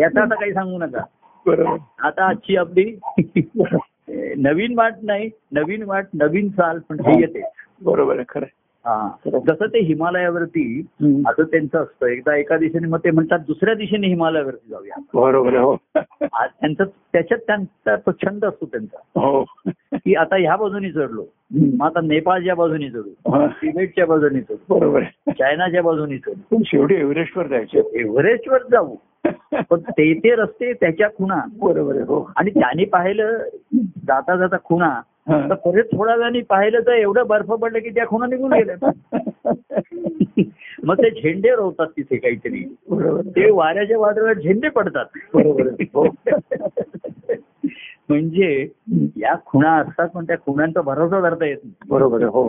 Speaker 1: याचा आता काही सांगू नका
Speaker 2: बरोबर
Speaker 1: आता आजची आपली ए, नवीन वाट नाही नवीन वाट नवीन चाल पण हे येते
Speaker 2: बरोबर आहे खरं आहे.
Speaker 1: हा. जसं ते हिमालयावरती
Speaker 2: हम्म.
Speaker 1: असं त्यांचं असतं एकदा एका दिशेने मग ते म्हणतात दुसऱ्या दिशेने हिमालयावरती जाऊया
Speaker 2: बरोबर आहे हो
Speaker 1: आज त्यांचं त्याच्यात त्यांचा तो छंद असतो त्यांचा
Speaker 2: हो
Speaker 1: की आता ह्या बाजूनी चढलो
Speaker 2: हम्म.
Speaker 1: मग आता नेपाळच्या बाजूनी चढू
Speaker 2: हा.
Speaker 1: तिबेटच्या बाजूनी चढू
Speaker 2: बरोबर आहे
Speaker 1: चायनाच्या बाजूनी चढू
Speaker 2: पण शेवटी एव्हरेस्टवर जायचे
Speaker 1: एव्हरेस्टवर जाऊ पण ते ते रस्ते त्याच्या खुणा
Speaker 2: बरोबर आहे हो
Speaker 1: आणि त्याने पाहिलं जाता जाता खुणा
Speaker 2: हा.
Speaker 1: तर परत थोड्या वेळाने पाहिलं तर एवढं बर्फ पडलं की त्या खुणा निघून गेल्या मग ते झेंडे रोवतात तिथे काहीतरी
Speaker 2: बरोबर
Speaker 1: ते
Speaker 2: आहे.
Speaker 1: वाऱ्याच्या वादळात झेंडे पडतात
Speaker 2: बरोबर आहे. हो.
Speaker 1: म्हणजे या खुणा असतात पण त्या खुणांचा भरोसा धरता येत नाही
Speaker 2: बरोबर आहे हो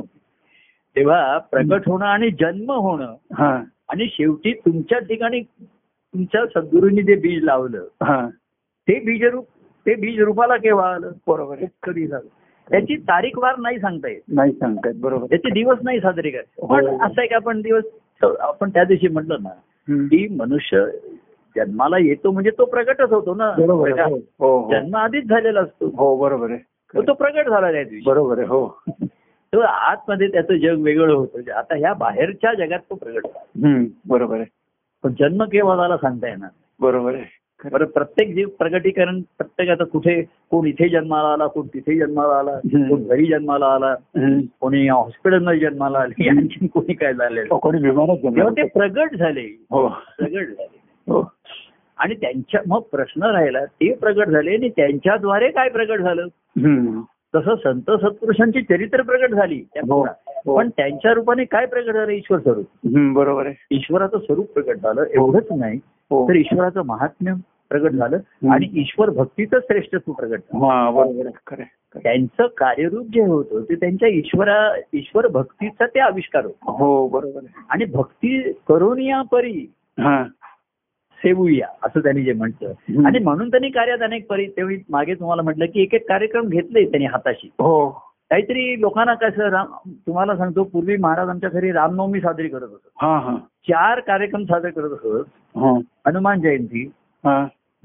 Speaker 1: तेव्हा प्रगट होणं आणि जन्म होणं
Speaker 2: हा
Speaker 1: आणि शेवटी तुमच्या ठिकाणी तुमच्या सद्गुरूंनी जे बीज लावलं
Speaker 2: हा
Speaker 1: ते बीजरूप ते बीज रूपाला केव्हा आलं
Speaker 2: बरोबर आहे
Speaker 1: कधी झालं त्याची तारीख वार नाही सांगता येत
Speaker 2: नाही सांगतायत बरोबर आहे.
Speaker 1: त्याचे दिवस नाही साजरे करत पण
Speaker 2: हो.
Speaker 1: असं आहे की आपण दिवस आपण त्या दिवशी म्हटलं ना
Speaker 2: हम्म.
Speaker 1: की मनुष्य जन्माला येतो म्हणजे तो प्रगटच होतो ना
Speaker 2: बरोबर आहे हो. हो हो.
Speaker 1: जन्म आधीच झालेला असतो
Speaker 2: हो बरोबर आहे
Speaker 1: तो तो प्रगट झाला त्या दिवशी
Speaker 2: बरोबर आहे हो
Speaker 1: तो आतमध्ये त्याचं जग वेगळं होतं आता ह्या बाहेरच्या जगात तो प्रगट झाला
Speaker 2: हम्म. बरोबर आहे
Speaker 1: पण जन्म केव्हा झाला सांगता येणार नाही.
Speaker 2: बरोबर आहे खरं
Speaker 1: बरं प्रत्येक जीव प्रगटीकरण प्रत्येकाचं कुठे कोण इथे जन्माला आला कोण तिथे जन्माला आला
Speaker 2: हम्म.
Speaker 1: कोण घरी जन्माला आला
Speaker 2: आहे. हम्म.
Speaker 1: कोणी हॉस्पिटलमध्ये जन्माला आले आणखी कोणी काय झालेलं
Speaker 2: हो, कोणी विमानात
Speaker 1: तेव्हा ते
Speaker 2: जमलं
Speaker 1: प्रगट झाले
Speaker 2: हो
Speaker 1: प्रगट झाले
Speaker 2: हो
Speaker 1: आणि त्यांच्या मग प्रश्न राहिला ते प्रगट झाले आणि त्यांच्याद्वारे काय प्रगट झालं
Speaker 2: हम्म.
Speaker 1: तसं संत सत्पुरुषांची चरित्र प्रगट झाली त्या
Speaker 2: हो.
Speaker 1: पुराणात. पण त्यांच्या रूपाने काय प्रगट झालं ईश्वर स्वरूप
Speaker 2: हम्म. बरोबर आहे
Speaker 1: ईश्वराचं स्वरूप प्रगट झालं एवढंच नाही
Speaker 2: हो
Speaker 1: तर ईश्वराचं महात्म्य प्रगट झालं
Speaker 2: हम्म.
Speaker 1: आणि ईश्वर भक्तीचं श्रेष्ठत्व प्रगट झालं
Speaker 2: हा बरोबर आहे खरं आहे, खरं आहे.
Speaker 1: त्यांचं कार्यरूप जे होतं ते त्यांच्या ईश्वरा ईश्वर भक्तीचा ते आविष्कार होता
Speaker 2: हो बरोबर आहे
Speaker 1: आणि भक्ती करून या परी
Speaker 2: हा
Speaker 1: सेवूया असं त्यांनी जे म्हटलं
Speaker 2: हम्म.
Speaker 1: आणि म्हणून त्यांनी कार्यात अनेक परी तेवढी मागे तुम्हाला म्हटलं की एक एक कार्यक्रम घेतले त्यांनी हाताशी
Speaker 2: हो
Speaker 1: काहीतरी लोकांना कसं राम तुम्हाला सांगतो पूर्वी महाराज आमच्या घरी रामनवमी साजरी करत असत
Speaker 2: हा हा
Speaker 1: चार कार्यक्रम साजरे करत असत
Speaker 2: हा
Speaker 1: हनुमान जयंती
Speaker 2: हा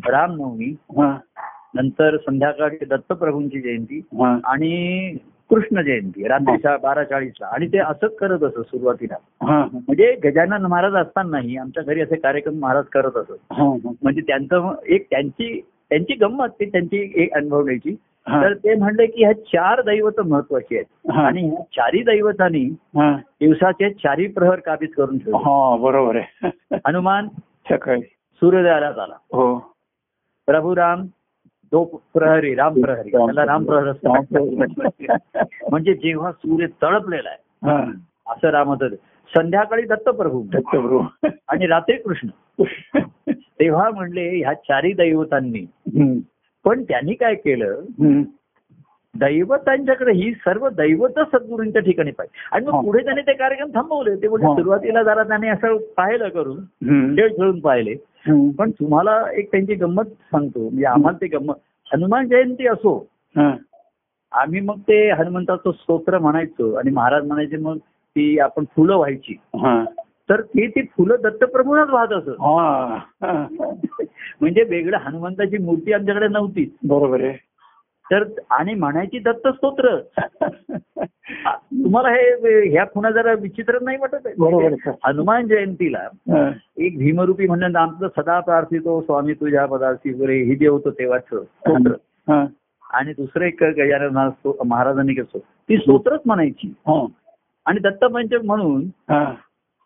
Speaker 1: रामनवमी
Speaker 2: हा
Speaker 1: नंतर संध्याकाळी दत्तप्रभूंची जयंती
Speaker 2: हा
Speaker 1: आणि कृष्ण जयंती रात्री
Speaker 2: हो.
Speaker 1: सा- बारा चाळीसला आणि ते असंच करत असत सुरुवातीला
Speaker 2: हा
Speaker 1: म्हणजे गजानन महाराज असतानाही आमच्या घरी असे कार्यक्रम महाराज करत असत
Speaker 2: हा हा
Speaker 1: म्हणजे त्यांचं एक त्यांची त्यांची गंमत ती त्यांची एक अनुभवण्याची
Speaker 2: हा.
Speaker 1: तर ते म्हणले की ह्या चार दैवत महत्वाची आहेत
Speaker 2: हा.
Speaker 1: आणि ह्या चारी दैवतांनी
Speaker 2: हा
Speaker 1: दिवसाचे चारी प्रहर काबीज करून ठेवले
Speaker 2: हा बरोबर आहे
Speaker 1: हनुमान
Speaker 2: सकाळी
Speaker 1: सूर्योदयाला झाला
Speaker 2: हो
Speaker 1: प्रभू राम दो प्रहरी राम प्रहरी त्याला राम प्रहर असं
Speaker 2: राम
Speaker 1: म्हणतात.
Speaker 2: प्रहर.
Speaker 1: म्हणजे जेव्हा सूर्य तळपलेला आहे
Speaker 2: हा
Speaker 1: असं रामचं संध्याकाळी दत्तप्रभू
Speaker 2: दत्तप्रभू
Speaker 1: आणि रात्री कृष्ण तेव्हा म्हणले ह्या चारी दैवतांनी
Speaker 2: हम्म.
Speaker 1: पण त्यांनी काय केलं
Speaker 2: हम्म.
Speaker 1: दैवतांच्याकडे ही सर्व दैवत सद्गुरूंच्या ठिकाणी पाहिजे आणि
Speaker 2: हा.
Speaker 1: मग पुढे त्यांनी ते कार्यक्रम थांबवले ते म्हणजे
Speaker 2: हा.
Speaker 1: सुरुवातीला जरा त्यांनी असं पाहिलं करून
Speaker 2: हम्म.
Speaker 1: खेळ खेळून पाहिले
Speaker 2: हम्म.
Speaker 1: पण तुम्हाला एक त्यांची गंमत सांगतो म्हणजे आम्हाला ते गंमत हनुमान जयंती असो
Speaker 2: हा.
Speaker 1: आम्ही मग ते हनुमंताचं स्तोत्र म्हणायचो आणि महाराज म्हणायचे मग ती आपण फुलं व्हायची
Speaker 2: हा.
Speaker 1: तर ते ती फुलं दत्तप्रभूंनाच वाहत असत
Speaker 2: हा. हा.
Speaker 1: म्हणजे वेगळं हनुमंताची मूर्ती आमच्याकडे नव्हती
Speaker 2: बरोबर आहे
Speaker 1: तर आणि म्हणायची दत्त स्तोत्र तुम्हाला हे ह्या खुणा जरा विचित्र नाही वाटत
Speaker 2: बरोबर
Speaker 1: आहे
Speaker 2: आहे, सर.
Speaker 1: हनुमान जयंतीला
Speaker 2: हा.
Speaker 1: एक भीमरूपी म्हणणं आमचं सदा प्रार्थितो स्वामी तुझ्या पदार्थी वगैरे हे जे होतं तेव्हाच
Speaker 2: हा.
Speaker 1: आणि दुसरं एक गजानन महाराज स्तो- महाराजांनी कसं ती स्तोत्रच म्हणायची
Speaker 2: हा.
Speaker 1: आणि दत्तपंचक म्हणून
Speaker 2: हा.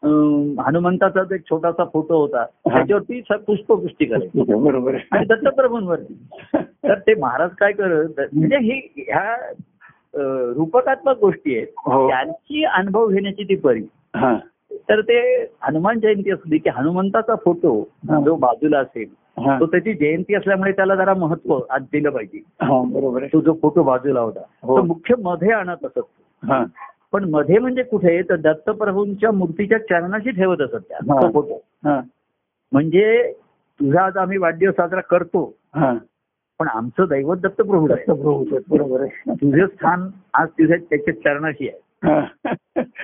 Speaker 1: अं, हनुमंताचा जो एक छोटासा फोटो होता त्याच्यावरती स- पुष्पवृष्टी करायची
Speaker 2: ठीक आहे, बरोबर आहे
Speaker 1: आणि दत्तप्रभूंवरती तर ते महाराज काय करत म्हणजे ही ह्या अं, रूपकात्मक गोष्टी आहेत
Speaker 2: हो.
Speaker 1: त्यांची अनुभव घेण्याची ती परी
Speaker 2: हा.
Speaker 1: तर ते हनुमान जयंती असली की हनुमंताचा फोटो
Speaker 2: हा.
Speaker 1: जो बाजूला असेल
Speaker 2: हा.
Speaker 1: तो त्याची जयंती असल्यामुळे त्याला जरा महत्व आज दिलं पाहिजे
Speaker 2: हा बरोबर आहे
Speaker 1: तो जो फोटो बाजूला होता
Speaker 2: हो.
Speaker 1: तो मुख्य मध्ये आणत असत
Speaker 2: हा
Speaker 1: पण मध्ये म्हणजे कुठे तर दत्तप्रभूंच्या मूर्तीच्या चरणाशी ठेवत असत त्या
Speaker 2: हा.
Speaker 1: तो फोटो
Speaker 2: हा
Speaker 1: म्हणजे तुझा आज आम्ही वाढदिवस साजरा करतो
Speaker 2: हा
Speaker 1: पण आमचं दैवत दत्तप्रभू आहे
Speaker 2: दत्तप्रभूचं, बरोबर आहे
Speaker 1: तुझं स्थान आज तुझ्या त्याच्या चरणाशी आहे
Speaker 2: हा.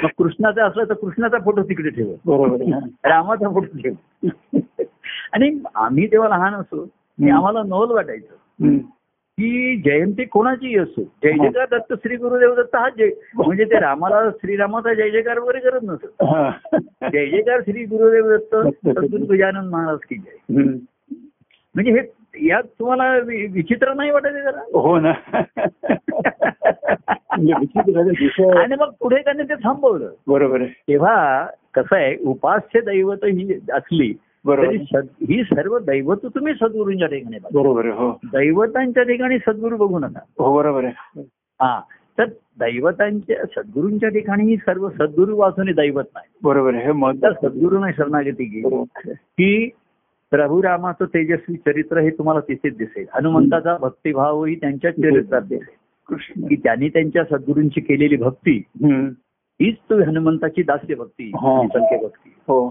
Speaker 1: मग कृष्णाचा असला तर कृष्णाचा फोटो तिकडे ठेव
Speaker 2: बरोबर आहे
Speaker 1: रामाचा फोटो ठेव आणि आम्ही तेव्हा लहान असो की
Speaker 2: हम्म.
Speaker 1: आम्हाला नवल वाटायचं
Speaker 2: हम्म.
Speaker 1: की जयंती कोणाचीही असो जय
Speaker 2: हो.
Speaker 1: जयकार दत्त श्री गुरुदेव दत्त हा जय म्हणजे ते रामाला श्रीरामाचा जय जयकार वगैरे करत नसत
Speaker 2: हा.
Speaker 1: जय जयकार श्री गुरुदेव दत्त
Speaker 2: दत्त श्री-
Speaker 1: सद्गुरु गजानन महाराज की जय
Speaker 2: हम्म.
Speaker 1: म्हणजे हे यात तुम्हाला वि- विचित्र नाही वाटायचं जरा
Speaker 2: हो ना म्हणजे विचित्र झालं विषय
Speaker 1: आणि मग पुढे त्यांनी ते थांबवलं
Speaker 2: बरोबर आहे
Speaker 1: तेव्हा कसं आहे उपास्य दैवत ही असली
Speaker 2: बरोबर
Speaker 1: तरी
Speaker 2: आहे.
Speaker 1: सद- ही सर्व दैवत तुम्ही सद्गुरूंच्या ठिकाणी बघा
Speaker 2: बरोबर आहे हो
Speaker 1: दैवतांच्या ठिकाणी सद्गुरू बघू नका
Speaker 2: हो बरोबर आहे
Speaker 1: हा तर दैवतांच्या सद्गुरूंच्या ठिकाणी ही सर्व सद्गुरू वाचून दैवत नाही
Speaker 2: बरोबर आहे हे
Speaker 1: तर
Speaker 2: महत्वाचं
Speaker 1: सद्गुरूने शरणागती केली
Speaker 2: बरोबर आहे.
Speaker 1: की प्रभू रामाचं तेजस्वी चरित्र हे तुम्हाला तिथेच दिसेल हनुमंताचा भक्तिभावही त्यांच्या चरित्रात दिसेल
Speaker 2: कृष्ण
Speaker 1: की त्यांनी त्यांच्या सद्गुरूंची केलेली भक्ती
Speaker 2: हम्म.
Speaker 1: हीच तो हनुमंताची दास्य भक्ती
Speaker 2: हा.
Speaker 1: संख्य भक्ती
Speaker 2: हो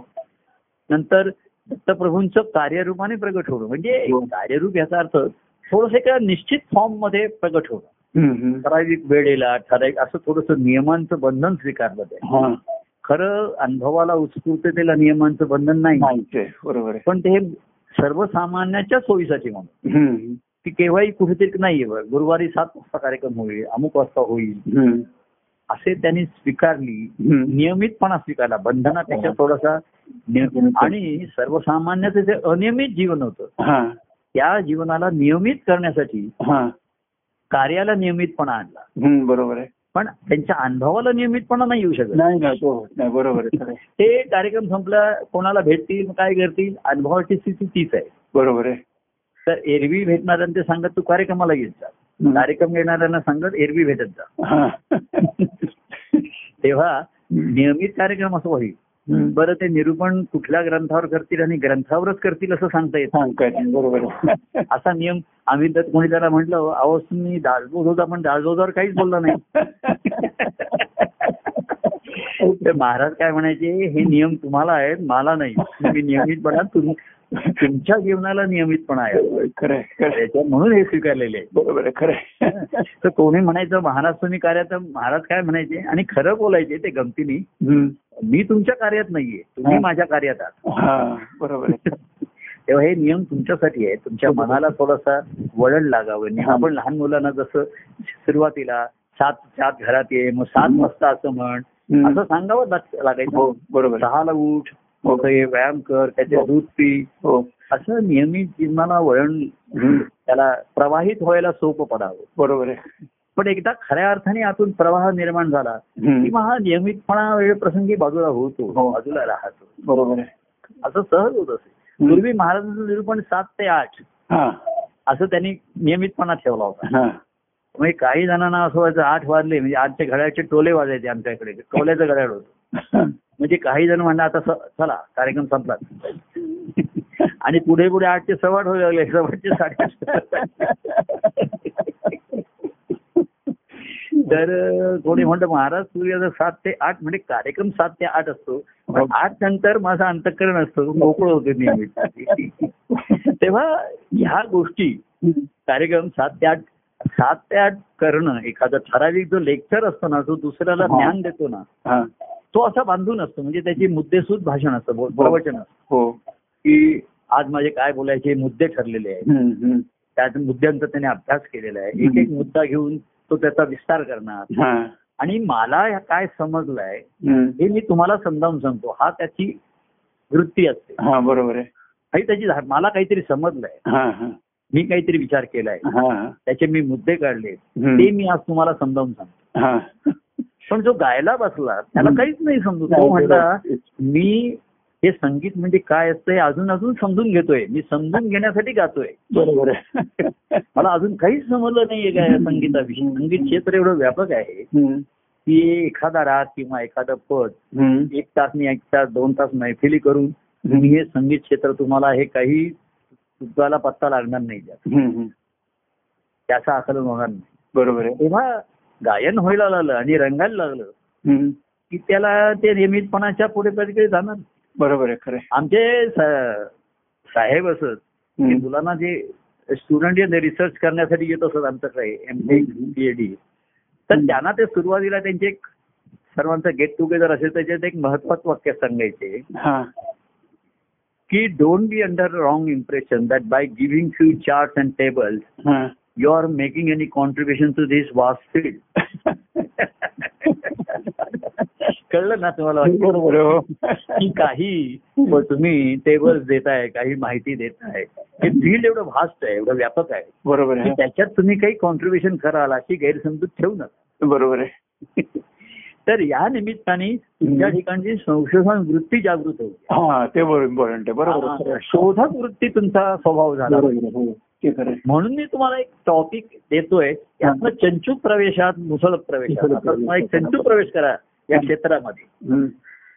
Speaker 1: नंतर दत्तप्रभूंचं कार्यरूपाने प्रगट होणं म्हणजे
Speaker 2: हो.
Speaker 1: कार्यरूप याचा अर्थ थोडस एका निश्चित फॉर्म मध्ये प्रगट होणं
Speaker 2: हम्म, हम्म.
Speaker 1: ठराविक वेळेला ठराविक असं थोडंसं नियमांचं बंधन स्वीकारलं ते
Speaker 2: हा
Speaker 1: खरं अनुभवाला उत्स्फूर्ततेला नियमांचं बंधन नाही
Speaker 2: माहिती आहे बरोबर आहे
Speaker 1: पण ते सर्वसामान्याच्या सोयीसाठी म्हणून
Speaker 2: हम्म,
Speaker 1: की केव्हाही कुठेतरी नाहीये बघ, गुरुवारी सात वाजता कार्यक्रम होईल अमुक वाजता होईल
Speaker 2: हम्म,
Speaker 1: असे त्यांनी स्वीकारली
Speaker 2: हम्म.
Speaker 1: नियमितपणा स्वीकारला बंधनापेक्षा थोडासा निय- आणि सर्वसामान्याचं जे अनियमित जीवन होतं
Speaker 2: हा
Speaker 1: त्या जीवनाला नियमित करण्यासाठी
Speaker 2: हा
Speaker 1: कार्याला नियमितपणा आणला
Speaker 2: हम्म, बरोबर आहे
Speaker 1: पण त्यांच्या अनुभवाला नियमितपणा नाही येऊ शकत
Speaker 2: नाही ना तो होत नाही बरोबर आहे खरं आहे.
Speaker 1: ते कार्यक्रम संपला कोणाला भेटतील काय करतील अनुभवाची स्थिती तीच आहे
Speaker 2: बरोबर आहे
Speaker 1: तर एरवी भेटणाऱ्यांना सांगत तू कार्यक्रमाला घेत जा
Speaker 2: हम्म.
Speaker 1: कार्यक्रम घेणाऱ्यांना सांगत एरवी भेटत जा
Speaker 2: हा.
Speaker 1: तेव्हा नियमित कार्यक्रम असं होईल
Speaker 2: हम्म,
Speaker 1: बरं ते निरूपण कुठल्या ग्रंथावर करतील आणि ग्रंथावरच करतील असं सांगता येत
Speaker 2: सांगता येत नाही, बरोबर आहे.
Speaker 1: असा नियम आम्ही तर कोणी त्याला म्हटलं अहो तुम्ही दासबोध होता पण दासबोधावर काहीच बोलला नाही तर महाराज काय म्हणायचे हे नियम तुम्हाला आहेत मला नाही तुम्ही नियमितपणा तुम- तुमच्या जीवनाला नियमितपणा आहे
Speaker 2: खरं आहे, खरं आहे.
Speaker 1: त्याच्या म्हणून हे स्वीकारलेले आहे
Speaker 2: बरोबर आहे खरं आहे.
Speaker 1: तर कोणी म्हणायचं महाराज तुम्ही कार्यात तर महाराज काय म्हणायचे आणि खरं बोलायचे ते गमतीने
Speaker 2: हम्म.
Speaker 1: मी तुमच्या कार्यात नाहीये तुम्ही माझ्या कार्यात आहात
Speaker 2: हा बरोबर आहे
Speaker 1: तेव्हा हे नियम तुमच्यासाठी आहे तुमच्या मनाला थोडासा वळण लागावं आणि
Speaker 2: हा.
Speaker 1: आपण लहान मुलांना जसं सुरुवातीला सात सात घरात ये मग सात वाजता असं म्हण
Speaker 2: हम्म.
Speaker 1: असं सांगावं लाग-
Speaker 2: हो
Speaker 1: लागायचं
Speaker 2: बरोबर आहे.
Speaker 1: सहाला उठ मग हे व्यायाम कर त्याचे
Speaker 2: हो.
Speaker 1: दूध पी
Speaker 2: हो
Speaker 1: असं नियमित जीवनाला वळण
Speaker 2: हम्म.
Speaker 1: त्याला प्रवाहित व्हायला सोपं पडावं
Speaker 2: बरोबर आहे
Speaker 1: पण एकदा खऱ्या अर्थाने आतून प्रवाह निर्माण झाला
Speaker 2: हम्म.
Speaker 1: किंवा हा नियमितपणा वेळ प्रसंगी बाजूला होतो
Speaker 2: हो.
Speaker 1: बाजूला राहतो
Speaker 2: बरोबर आहे
Speaker 1: असं सहज होत असे
Speaker 2: हम्म.
Speaker 1: पूर्वी महाराजांचं निरूपण सात ते आठ
Speaker 2: हा
Speaker 1: असं त्यांनी नियमितपणा ठेवला होता
Speaker 2: हा
Speaker 1: म्हणजे काही जणांना असं व्हायचं आठ वाजले म्हणजे आजच्या घड्याळचे टोले वाजायचे आमच्याकडे टोल्याचं घड्याळ होतं म्हणजे काही जण म्हणलं आता स- चला कार्यक्रम संपला आणि पुढे पुढे आठ ते सव्वाट होऊ लागले सव्वाटचे साडेआठ तर अं, कोणी म्हणतं महाराज सूर्याचा सात ते आठ म्हणजे कार्यक्रम सात ते आठ असतो पण आठ नंतर माझं अंतकरण असतं मोकळं होतं नियमित तेव्हा ह्या गोष्टी कार्यक्रम सात ते आठ सात ते आठ करणं एखादा ठराविक जो लेक्चर असतो ना जो दुसऱ्याला
Speaker 2: हा.
Speaker 1: ज्ञान देतो ना
Speaker 2: हा
Speaker 1: तो असा बांधून असतो म्हणजे त्याची मुद्देसूद भाषण असतं बोल- प्रवचन असतं
Speaker 2: हो
Speaker 1: की आज माझे काय बोलायचे मुद्दे ठरलेले आहेत
Speaker 2: हम्म, हम्म.
Speaker 1: त्या मुद्द्यांचा त्याने अभ्यास केलेला आहे एक
Speaker 2: हम्म.
Speaker 1: एक मुद्दा घेऊन तो त्याचा विस्तार करणार
Speaker 2: हा
Speaker 1: आणि मला ह्या काय समजलंय
Speaker 2: हम्म.
Speaker 1: हे मी तुम्हाला समजावून सांगतो हा त्याची वृत्ती असते
Speaker 2: हा बरोबर आहे
Speaker 1: ही त्याची धार- मला काहीतरी समजलंय
Speaker 2: हा हा
Speaker 1: मी काहीतरी विचार केलाय
Speaker 2: हा
Speaker 1: त्याचे मी मुद्दे काढले ते
Speaker 2: हम्म.
Speaker 1: मी आज तुम्हाला समजावून सांगतो
Speaker 2: हा
Speaker 1: पण जो गायला बसला त्याला
Speaker 2: हम्म.
Speaker 1: काहीच नाही समजू तो
Speaker 2: नाही,
Speaker 1: म्हणला
Speaker 2: बरोबर.
Speaker 1: मी हे संगीत म्हणजे काय असतं हे अजून अजून समजून घेतोय मी समजून घेण्यासाठी गातोय
Speaker 2: बरोबर आहे
Speaker 1: मला अजून काहीच समजलं नाहीये काय या संगीताविषयी संगीत क्षेत्र एवढं व्यापक आहे
Speaker 2: हम्म.
Speaker 1: की एखादा राग किंवा एखादं पद
Speaker 2: हम्म.
Speaker 1: एक तास मी एक तास दोन तास मैफिली करून तुम्ही
Speaker 2: हम्म.
Speaker 1: हे संगीत क्षेत्र तुम्हाला हे काही तुम्हाला पत्ता लागणार नाही त्यात.
Speaker 2: हम्म.
Speaker 1: त्याचं आकलन होणार नाही
Speaker 2: बरोबर आहे
Speaker 1: तेव्हा गायन व्हायला लागलं आणि रंगायला लागलं
Speaker 2: हम्म.
Speaker 1: की त्याला ते नियमितपणाच्या पुढे कधी जाणार
Speaker 2: बरोबर आहे खरं आहे.
Speaker 1: आमचे सा- साहेब असत की
Speaker 2: हम्म.
Speaker 1: म्हणजे मुलांना जे स्टुडंट जे रिसर्च करण्यासाठी येत असत आमच्याकडे एम
Speaker 2: हम्म.
Speaker 1: पीएडी तर
Speaker 2: हम्म.
Speaker 1: त्यांना ते सुरुवातीला त्यांचे एक सर्वांचं गेट टुगेदर असेल त्याच्यात एक महत्वाचं वाक्य सांगायचे
Speaker 2: हा
Speaker 1: की don't be under wrong impression that by giving few chart and table
Speaker 2: हा
Speaker 1: you are making any contribution to this vast field कळलं ना तुम्हाला
Speaker 2: बरोबर आहे, हो
Speaker 1: की काही व तुम्ही टेबल्स देताय काही माहिती देताय हे फील्ड एवढं व्हास्ट आहे एवढं व्यापक आहे
Speaker 2: बरोबर
Speaker 1: की
Speaker 2: आहे
Speaker 1: त्याच्यात तुम्ही काही कॉन्ट्रीब्युशन कराल अशी गैरसमजूत ठेवू नका
Speaker 2: बरोबर आहे
Speaker 1: तर या निमित्ताने तुमच्या
Speaker 2: हम्म.
Speaker 1: ठिकाणची संशोधन वृत्ती जागृत होती
Speaker 2: हा ते बरोबर important आहे बरोबर आहे, खरं
Speaker 1: हा,
Speaker 2: आहे.
Speaker 1: शोधक वृत्ती तुमचा स्वभाव झाला
Speaker 2: बरोबर आहे, हो. ते खरं आहे.
Speaker 1: म्हणून मी तुम्हाला एक टॉपिक देतोय यातनं चंचू प्रवेशात मुसळ प्रवेशात
Speaker 2: मुसळ
Speaker 1: आता तुम्हाला एक
Speaker 2: प्रवेशात.
Speaker 1: चंचू प्रवेश करा या क्षेत्रामध्ये
Speaker 2: हम्म.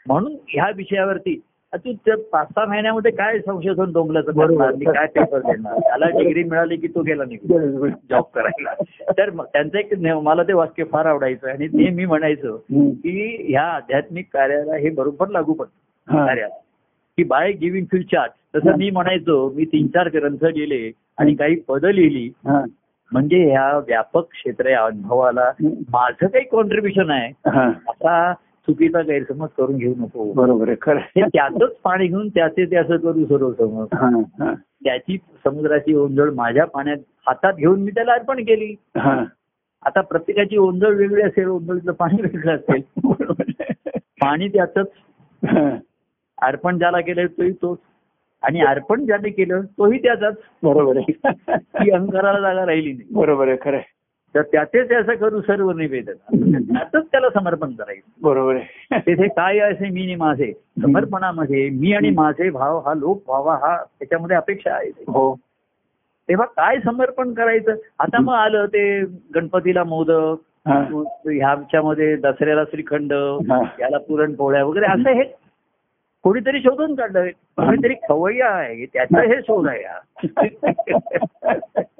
Speaker 1: म्हणून ह्या विषयावरती अ, तू त्या पाच सहा महिन्यामध्ये काय संशोधन डोंगल्याचं
Speaker 2: बरोबर.
Speaker 1: करणार आणि काय पेपर देणार त्याला डिग्री मिळाली की तो गेला निघून जॉब करायला तर मग त्यांचं एक ने- मला ते वाक्य फार आवडायचं आणि ते मी म्हणायचो
Speaker 2: हम्म.
Speaker 1: की ह्या आध्यात्मिक कार्याला हे बरोबर लागू पडतं
Speaker 2: हा.
Speaker 1: कार्याला की बाय गिव्हिंग फ्यू चार्ट तसं
Speaker 2: हं.
Speaker 1: मी म्हणायचो मी तीन चार ग्रंथ लिहिले आणि काही पदं लिहिली
Speaker 2: हा.
Speaker 1: म्हणजे ह्या व्यापक क्षेत्र या अनुभवाला माझं काही कॉन्ट्रीब्युशन आहे
Speaker 2: हा.
Speaker 1: असा चुकीचा गैरसमज करून घेऊ नको
Speaker 2: बरोबर आहे खरं
Speaker 1: हे
Speaker 2: आहे.
Speaker 1: त्याचंच पाणी घेऊन त्याचे ते असं करू सर्व समज
Speaker 2: हा. हा.
Speaker 1: त्याची समुद्राची ओंजळ माझ्या पाण्यात हातात घेऊन मी त्याला अर्पण केली
Speaker 2: हा.
Speaker 1: आता प्रत्येकाची ओंजळ वेगळी असेल ओंजळीचं पाणी वेगळं असेल
Speaker 2: बरोबर आहे.
Speaker 1: पाणी त्याचंच
Speaker 2: हा.
Speaker 1: अर्पण ज्याला केलं तोही तोच आणि अर्पण ज्याने केलं तोही त्याचाच
Speaker 2: बरोबर आहे
Speaker 1: ती अहंकाराला जागा राहिली नाही
Speaker 2: बरोबर आहे खरं आहे.
Speaker 1: तर त्याचे त्याचं करू सर्व निवेदन त्यातच त्याला समर्पण करायचं
Speaker 2: बरोबर आहे
Speaker 1: तेथे काय असे मी आणि माझे समर्पणामध्ये मी आणि माझे भाव हा लोक व्हावा हा त्याच्यामध्ये अपेक्षा आहे
Speaker 2: हो
Speaker 1: तेव्हा काय समर्पण करायचं आता मग आलं ते गणपतीला मोदक
Speaker 2: हा.
Speaker 1: ह्याच्यामध्ये दसऱ्याला श्रीखंड
Speaker 2: हा.
Speaker 1: याला पुरणपोळ्या वगैरे असं हे कोणीतरी शोधून काढलं कोणीतरी खवय्या आहे त्याचा हे शोध आहे हा.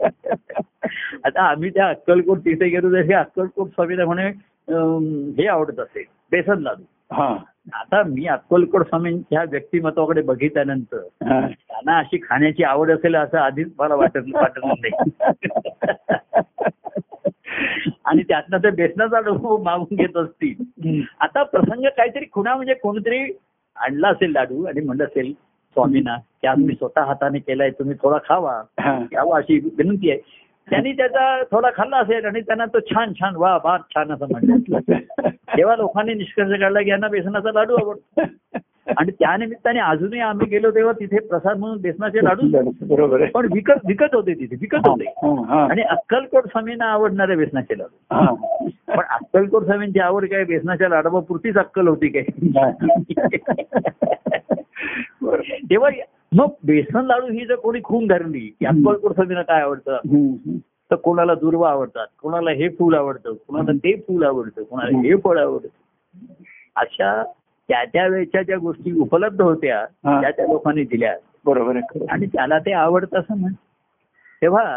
Speaker 1: आता आम्ही त्या अक्कलकोट तिथे गेलो तर हे अक्कलकोट स्वामीला म्हणे अं, हे आवडत असेल बेसन लाडू
Speaker 2: हा.
Speaker 1: आता मी अक्कलकोट स्वामींच्या व्यक्तिमत्वाकडे बघितल्यानंतर
Speaker 2: हा.
Speaker 1: त्यांना अशी खाण्याची आवड असेल असं आधीच मला वाटत वाटत नाही आणि त्यातनं ते बेसनाचा लाडू मागून घेत असतील आता प्रसंग काहीतरी खुणा म्हणजे कोणीतरी आणला असेल लाडू आणि म्हणलं असेल स्वामींना की आज मी स्वतः हाताने केलाय तुम्ही थोडा खावा
Speaker 2: हा.
Speaker 1: यावा अशी विनंती आहे त्यांनी त्याचा थोडा खाल्ला असेल आणि त्यांना तो छान छान वा वा छान असं म्हणलं तेव्हा लोकांनी निष्कर्ष काढला की यांना बेसनाचा लाडू आवडतो आणि त्यानिमित्ताने अजूनही आम्ही गेलो तेव्हा तिथे प्रसाद म्हणून बेसनाचे लाडू
Speaker 2: बरोबर आहे
Speaker 1: पण विकत विकत होते तिथे विकत होते
Speaker 2: हा.
Speaker 1: आणि अक्कलकोट स्वामींना आवडणारे बेसनाचे लाडू
Speaker 2: हा.
Speaker 1: पण अक्कलकोट स्वामींची आवड काय बेसनाच्या लाडवापुरतीच अक्कल होती काय
Speaker 2: बरोबर.
Speaker 1: तेव्हा मग बेसन लाडू ही जर कोणी खून धरली की अक्कलकोट स्वामींना काय आवडतं
Speaker 2: हम्म, हम्म.
Speaker 1: तर कोणाला दुर्वा आवडतात कोणाला हे फूल आवडतं कोणाला ते फूल आवडतं कोणाला हे फळ आवडतं अशा त्या त्या वेळच्या ज्या गोष्टी उपलब्ध होत्या
Speaker 2: हा.
Speaker 1: त्या त्या लोकांनी दिल्या
Speaker 2: बरोबर आहे खरं आहे.
Speaker 1: आणि त्याला ते आवडतं असं म्हण तेव्हा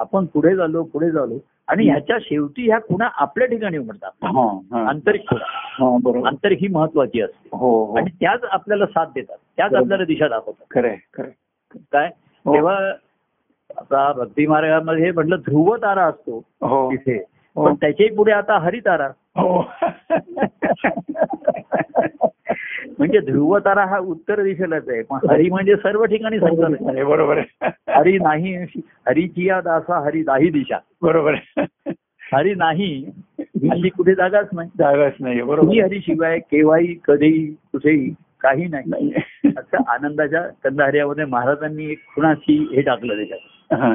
Speaker 1: आपण पुढे झालो पुढे झालो आणि ह्याच्या शेवटी ह्या खुणा आपल्या ठिकाणी उमडतात
Speaker 2: हा, हा.
Speaker 1: आंतरिक खुणा
Speaker 2: हा, बरोबर
Speaker 1: आंतरिक ही महत्वाची असते
Speaker 2: हो हो
Speaker 1: आणि त्याच आपल्याला साथ देतात त्याच
Speaker 2: बरोबर.
Speaker 1: आपल्याला दिशा दाखवतात
Speaker 2: खरं आहे, खरं आहे.
Speaker 1: काय
Speaker 2: हो.
Speaker 1: तेव्हा आता भक्ती मार्गामध्ये म्हटलं ध्रुव तारा असतो
Speaker 2: हो
Speaker 1: तिथे
Speaker 2: हो.
Speaker 1: पण त्याच्याही पुढे आता हरितारा
Speaker 2: हो
Speaker 1: म्हणजे ध्रुव तारा हा उत्तर दिशेलाच आहे पण हरी म्हणजे सर्व ठिकाणी संकलन आहे.
Speaker 2: आहे, बरोबर आहे
Speaker 1: हरी नाही हरीची या दासा हरी दाही दिशा
Speaker 2: बरोबर आहे.
Speaker 1: हरी नाही अशी कुठे जागाच नाही
Speaker 2: जागाच नाही बरोबर
Speaker 1: तुम्ही हरीशिवाय केव्हाही कधीही कुठेही काही नाही
Speaker 2: नाही.
Speaker 1: असं आनंदाच्या कंधार्यामध्ये महाराजांनी एक खुणाशी हे टाकलं त्याच्यात
Speaker 2: हा.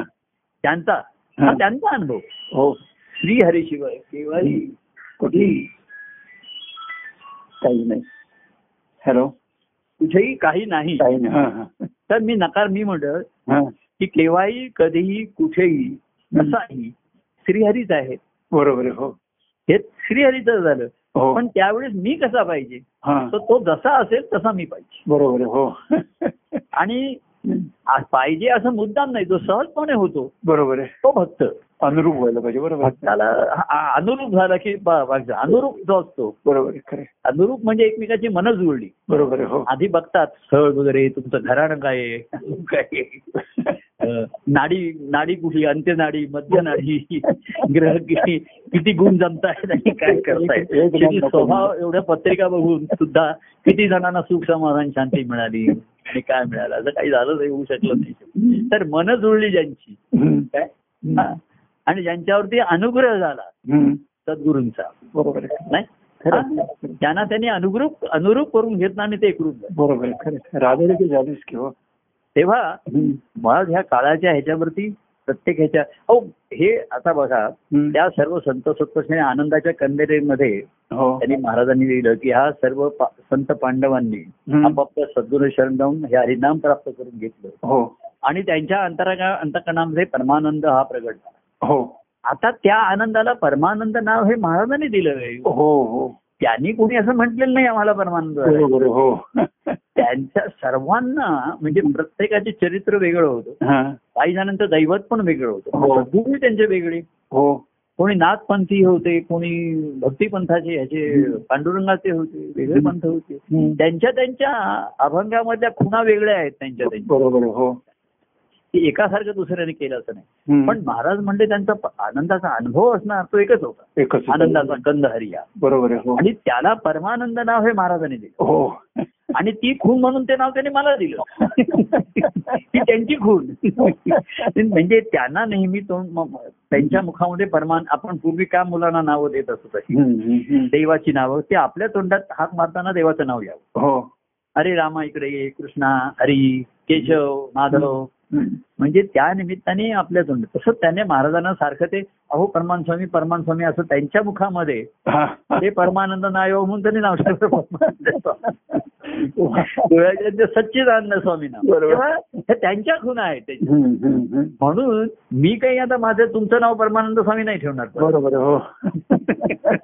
Speaker 1: त्यांचा हा त्यांचा अनुभव
Speaker 2: हो
Speaker 1: श्री हरीशिवाय केव्हाही
Speaker 2: कुठली काही नाही हॅलो
Speaker 1: कुठेही काही नाही
Speaker 2: काही नाही हा, हा.
Speaker 1: तर मी नकार मी म्हणलं
Speaker 2: हा.
Speaker 1: की केव्हाही कधीही कुठेही कसाही श्रीहरीच आहे
Speaker 2: बरोबर आहे हो
Speaker 1: हे श्रीहरीचं झालं
Speaker 2: हो
Speaker 1: पण त्यावेळेस मी कसा पाहिजे
Speaker 2: हा
Speaker 1: तर तो जसा असेल तसा मी पाहिजे
Speaker 2: बरोबर आहे हो
Speaker 1: आणि आ- पाहिजे असं मुद्दाम नाही जो सहजपणे होतो
Speaker 2: बरोबर आहे
Speaker 1: तो भक्त
Speaker 2: अनुरूप व्हायला पाहिजे बरोबर आहे.
Speaker 1: भक्ताला हा- हा- अनुरूप झाला की बा- भक्त. अनुरूप जो असतो
Speaker 2: बरोबर आहे खरे
Speaker 1: अनुरूप म्हणजे एकमेकाची मन जुळली
Speaker 2: बरोबर आहे हो
Speaker 1: आधी बघतात स्थळ वगैरे तुमचं घराणं काय आहे, काय आहे. अं, नाडी नाडी कुठली अंत्यनाडी मध्यनाडी ग्रह किती किती गुण जमतायत आणि काय करतायत
Speaker 2: एक- एक गुण
Speaker 1: किती
Speaker 2: नको.
Speaker 1: स्वभाव एवढ्या पत्रिका बघून सुद्धा किती जणांना सुख समाधान शांती मिळाली आणि काय मिळालं असं काही झालं नाही होऊ शकलं नाही तर मन जुळली ज्यांची
Speaker 2: हम्म.
Speaker 1: काय हा. आणि ज्यांच्यावरती अनुग्रह झाला
Speaker 2: हम्म.
Speaker 1: सद्गुरूंचा
Speaker 2: बरोबर आहे
Speaker 1: नाही
Speaker 2: खरं
Speaker 1: हा? त्यांना त्यांनी अनुग्रूप अनुरूप करून घेतला आणि ते एकरूप झाले.
Speaker 2: बरोबर आहे खरं राधा देखील झालीच की हो
Speaker 1: तेव्हा
Speaker 2: हम्म.
Speaker 1: मुळात ह्या काळाच्या ह्याच्यावरती प्रत्येक ह्याच्या अहो हे आता बघा
Speaker 2: हम्म.
Speaker 1: त्या सर्व संत सत्पुरुषांनी आनंदाच्या कंदेरेमध्ये
Speaker 2: हो
Speaker 1: त्यांनी महाराजांनी लिहिलं की हा सर्व पा- संत पांडवांनी
Speaker 2: हम्म.
Speaker 1: आपापल्या सद्गुरु शरण जाऊन हे हरिनाम प्राप्त करून घेतलं
Speaker 2: हो
Speaker 1: आणि त्यांच्या अंतरंगा अंतकणामध्ये परमानंद हा प्रगट झाला
Speaker 2: हो
Speaker 1: आता त्या आनंदाला परमानंद नाव हे महाराजांनी दिलं आहे
Speaker 2: हो हो
Speaker 1: त्यांनी कोणी असं म्हटलेलं नाही आम्हाला परमानंद आहे.
Speaker 2: बरोबर आहे, हो
Speaker 1: त्यांच्या सर्वांना म्हणजे प्रत्येकाचे चरित्र वेगळं होतं
Speaker 2: हा.
Speaker 1: काही जणांचं दैवत पण वेगळं
Speaker 2: हो.
Speaker 1: होतं सद्गुरू त्यांचे वेगळे
Speaker 2: हो
Speaker 1: कोणी नाथपंथी होते कोणी भक्तीपंथाचे ह्याचे
Speaker 2: हम्म.
Speaker 1: पांडुरंगाचे होते वेगळे
Speaker 2: हम्म.
Speaker 1: पंथ होते
Speaker 2: हम्म.
Speaker 1: त्यांच्या त्यांच्या अभंगामधल्या खुणा वेगळ्या आहेत त्यांच्या त्यांच्या
Speaker 2: बरोबर आहे, हो
Speaker 1: की एकासारखं दुसऱ्याने केलं असं नाही
Speaker 2: हम्म.
Speaker 1: पण महाराज म्हणजे त्यांचा प- आनंदाचा अनुभव असणार तो एकच होता
Speaker 2: एकच
Speaker 1: आनंदाचा कंद हरिया
Speaker 2: बरोबर आहे हो
Speaker 1: आणि त्याला परमानंद नाव हे महाराजांनी दिलं
Speaker 2: हो
Speaker 1: आणि ती खून म्हणून ते नाव त्यांनी मला दिलं ती त्यांची खून म्हणजे त्यांना नेहमी तो म- म- त्यांच्या मुखामध्ये परमान आपण पूर्वी का मुलांना नावं देत असत अशी
Speaker 2: हम्म, हम्म, हम्म.
Speaker 1: देवाची नावं ते आपल्या तोंडात हात मारताना देवाचं नाव यावं
Speaker 2: हो
Speaker 1: अरे रामा इकडे ये कृष्णा हरी केशव माधव
Speaker 2: हम्म.
Speaker 1: म्हणजे त्या निमित्ताने आपल्या तोंडात तसं त्याने महाराजांना सारखं ते अहो परमान स्वामी परमान स्वामी असं त्यांच्या मुखामध्ये
Speaker 2: हा.
Speaker 1: ते परमानंद नाव म्हणून त्यांनी नाव ठेवलं परमानंद स्वामी. डोळ्याच्या सच्चिदानंद स्वामी नाव
Speaker 2: बरोबर.
Speaker 1: तेव्हा हे त्यांच्या खुणा आहेत त्याच्या.
Speaker 2: हम्म, हम्म, हम्म.
Speaker 1: म्हणून मी काही आता माझं तुमचं नाव परमानंद स्वामी नाही ठेवणार परत.
Speaker 2: बरोबर आहे, हो